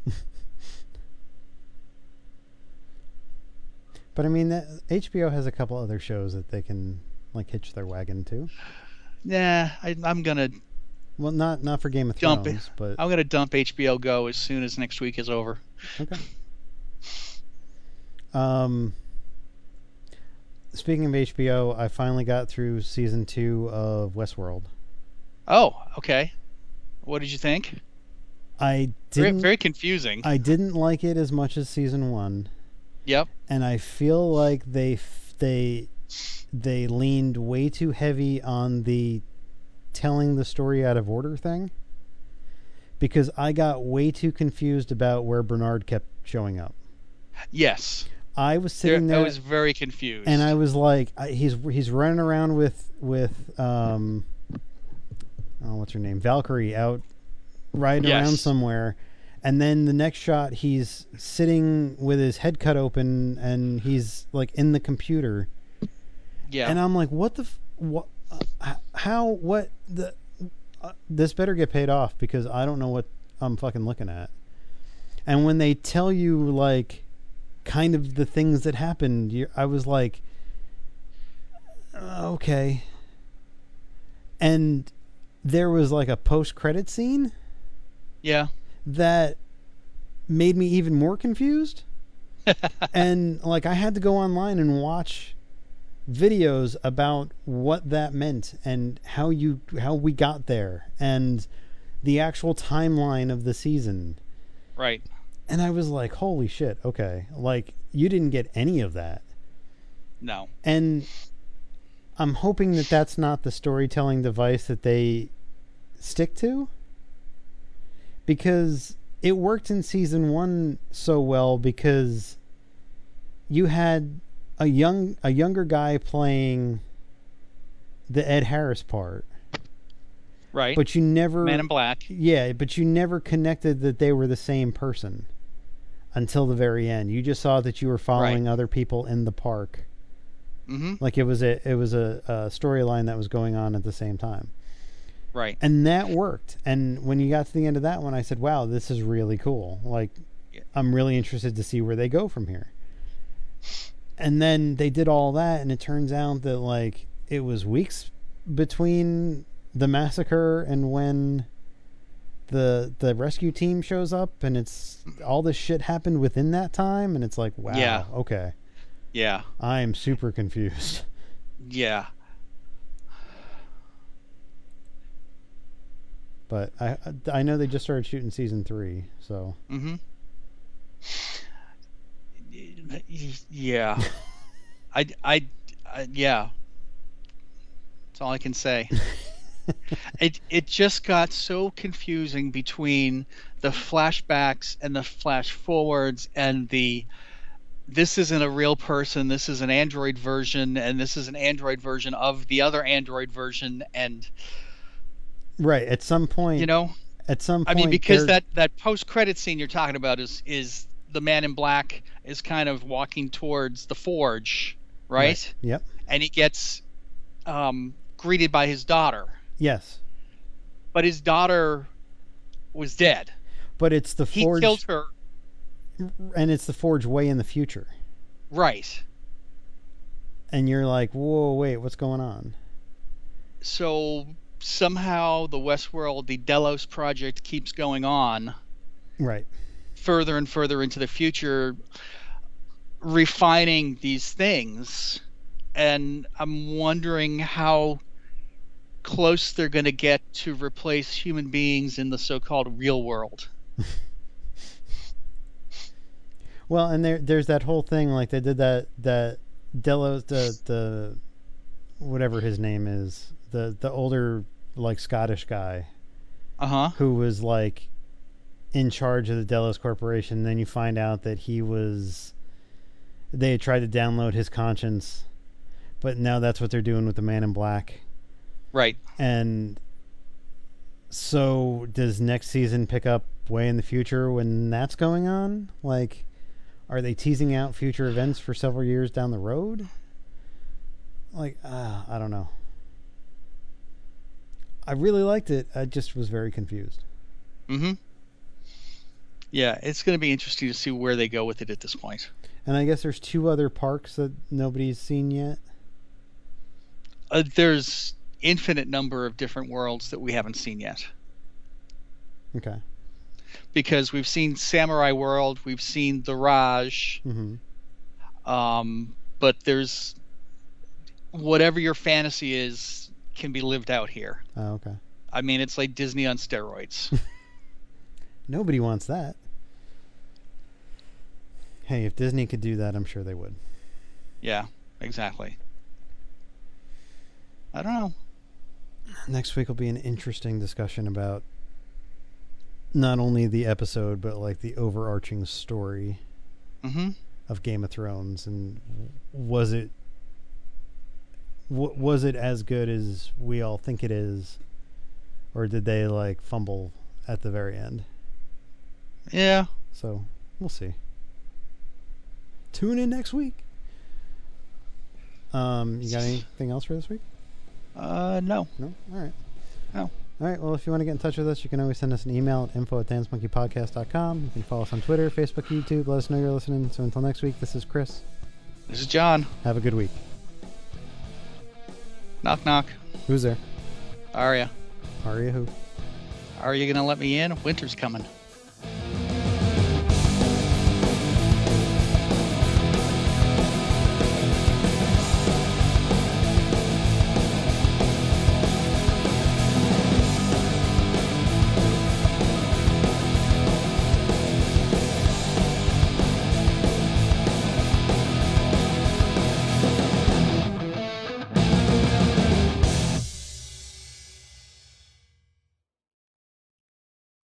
[SPEAKER 1] But I mean, that, HBO has a couple other shows that they can like hitch their wagon to.
[SPEAKER 2] Nah, I, I'm going to
[SPEAKER 1] Well, not not for Game of
[SPEAKER 2] Dump it.
[SPEAKER 1] Thrones, but
[SPEAKER 2] I'm going to dump HBO Go as soon as next week is over.
[SPEAKER 1] Okay. Um, speaking of HBO, I finally got through season two of Westworld.
[SPEAKER 2] Oh, okay. What did you think?
[SPEAKER 1] I
[SPEAKER 2] Very,
[SPEAKER 1] didn't.
[SPEAKER 2] very confusing.
[SPEAKER 1] I didn't like it as much as season one,
[SPEAKER 2] Yep.
[SPEAKER 1] and I feel like they f- they they leaned way too heavy on the telling the story out of order thing because I got way too confused about where Bernard kept showing up.
[SPEAKER 2] Yes.
[SPEAKER 1] I was
[SPEAKER 2] There-
[SPEAKER 1] sitting there,
[SPEAKER 2] I was very confused.
[SPEAKER 1] and I was like, I, he's he's running around with with um, oh, what's her name, Valkyrie, out riding around
[SPEAKER 2] Yes.
[SPEAKER 1] somewhere, and then the next shot, he's sitting with his head cut open, and he's like in the computer,
[SPEAKER 2] yeah,
[SPEAKER 1] and I'm like, what the, f- what, uh, h- how, what the, uh, this better get paid off because I don't know what I'm fucking looking at. And when they tell you like, kind of the things that happened, you I was like, uh, okay. And there was like a post credit scene
[SPEAKER 2] yeah,
[SPEAKER 1] that made me even more confused. and like I had to go online and watch videos about what that meant and how you how we got there and the actual timeline of the season.
[SPEAKER 2] right.
[SPEAKER 1] And I was like, "Holy shit, okay. Like you didn't get any of that."
[SPEAKER 2] No,
[SPEAKER 1] And I'm hoping that that's not the storytelling device that they stick to because it worked in season 1 so well because you had a young a younger guy playing the Ed Harris part
[SPEAKER 2] right.
[SPEAKER 1] but you never
[SPEAKER 2] Man in Black.
[SPEAKER 1] yeah, but you never connected that they were the same person until the very end. You just saw that you were following other people in the park
[SPEAKER 2] Mm-hmm.
[SPEAKER 1] Like it was a it was a, a storyline that was going on at the same time,
[SPEAKER 2] Right.
[SPEAKER 1] and that worked. And when you got to the end of that one, I said, "Wow, this is really cool. Like,
[SPEAKER 2] Yeah.
[SPEAKER 1] I'm really interested to see where they go from here." And then they did all that, and it turns out that like it was weeks between the massacre and when the the rescue team shows up, and it's all this shit happened within that time, and it's like, wow,
[SPEAKER 2] Yeah.
[SPEAKER 1] okay.
[SPEAKER 2] Yeah.
[SPEAKER 1] I am super confused.
[SPEAKER 2] Yeah.
[SPEAKER 1] But I I know they just started shooting season three, so
[SPEAKER 2] Mm-hmm. Yeah. I, I, I- yeah. That's all I can say. it it just got so confusing between the flashbacks and the flash forwards and the this isn't a real person, this is an android version and this is an android version of the other android version and
[SPEAKER 1] right at some point,
[SPEAKER 2] you know
[SPEAKER 1] at some
[SPEAKER 2] I
[SPEAKER 1] point,
[SPEAKER 2] mean, because
[SPEAKER 1] they're-
[SPEAKER 2] that that post credit scene you're talking about is is the man in black is kind of walking towards the forge, right?
[SPEAKER 1] Yep.
[SPEAKER 2] And he gets um, greeted by his daughter,
[SPEAKER 1] Yes,
[SPEAKER 2] but his daughter was dead.
[SPEAKER 1] but it's the
[SPEAKER 2] He
[SPEAKER 1] forge,
[SPEAKER 2] killed her,
[SPEAKER 1] and it's the forge way in the future,
[SPEAKER 2] right?
[SPEAKER 1] and you're like, whoa, wait, what's going on?
[SPEAKER 2] So somehow the Westworld, the Delos project, keeps going on.
[SPEAKER 1] Right.
[SPEAKER 2] further and further into the future refining these things and i'm wondering how close they're going to get to replace human beings in the so-called real world
[SPEAKER 1] Well, and there there's that whole thing like they did that that Delos the the whatever his name is the the older like Scottish guy
[SPEAKER 2] uh-huh
[SPEAKER 1] who was like in charge of the Delos Corporation. Then you find out that he was. They had tried to download his conscience, but now that's what they're doing with the Man in Black.
[SPEAKER 2] right
[SPEAKER 1] And so, does next season pick up way in the future when that's going on? Like, are they teasing out future events for several years down the road? Like, uh, I don't know. I really liked it. I just was very confused.
[SPEAKER 2] mm-hmm yeah it's going to be interesting to see where they go with it at this point
[SPEAKER 1] And I guess there's two other parks that nobody's seen yet.
[SPEAKER 2] uh, there's infinite number of different worlds that we haven't seen yet
[SPEAKER 1] Okay.
[SPEAKER 2] because we've seen samurai world we've seen the raj
[SPEAKER 1] hmm
[SPEAKER 2] um, but there's whatever your fantasy is can be lived out here.
[SPEAKER 1] Oh, okay.
[SPEAKER 2] I mean, it's like Disney on steroids.
[SPEAKER 1] Nobody wants that. Hey, if Disney could do that, I'm sure they would.
[SPEAKER 2] yeah, exactly. I don't know.
[SPEAKER 1] Next week will be an interesting discussion about not only the episode, but like the overarching story
[SPEAKER 2] hmm
[SPEAKER 1] of Game of Thrones and was it w- was it as good as we all think it is or did they like fumble at the very end?
[SPEAKER 2] Yeah.
[SPEAKER 1] So we'll see. Tune in next week. Um, you got anything else for this week?
[SPEAKER 2] Uh, no.
[SPEAKER 1] No? All right.
[SPEAKER 2] No.
[SPEAKER 1] All right. Well, if you want to get in touch with us, you can always send us an email at info at dancemonkeypodcast.com. You can follow us on Twitter, Facebook, YouTube. Let us know you're listening. So until next week, this is Chris.
[SPEAKER 2] This is John.
[SPEAKER 1] Have a good week.
[SPEAKER 2] Knock knock.
[SPEAKER 1] Who's there?
[SPEAKER 2] Aria,
[SPEAKER 1] Aria who?
[SPEAKER 2] are you gonna let me in? Winter's coming.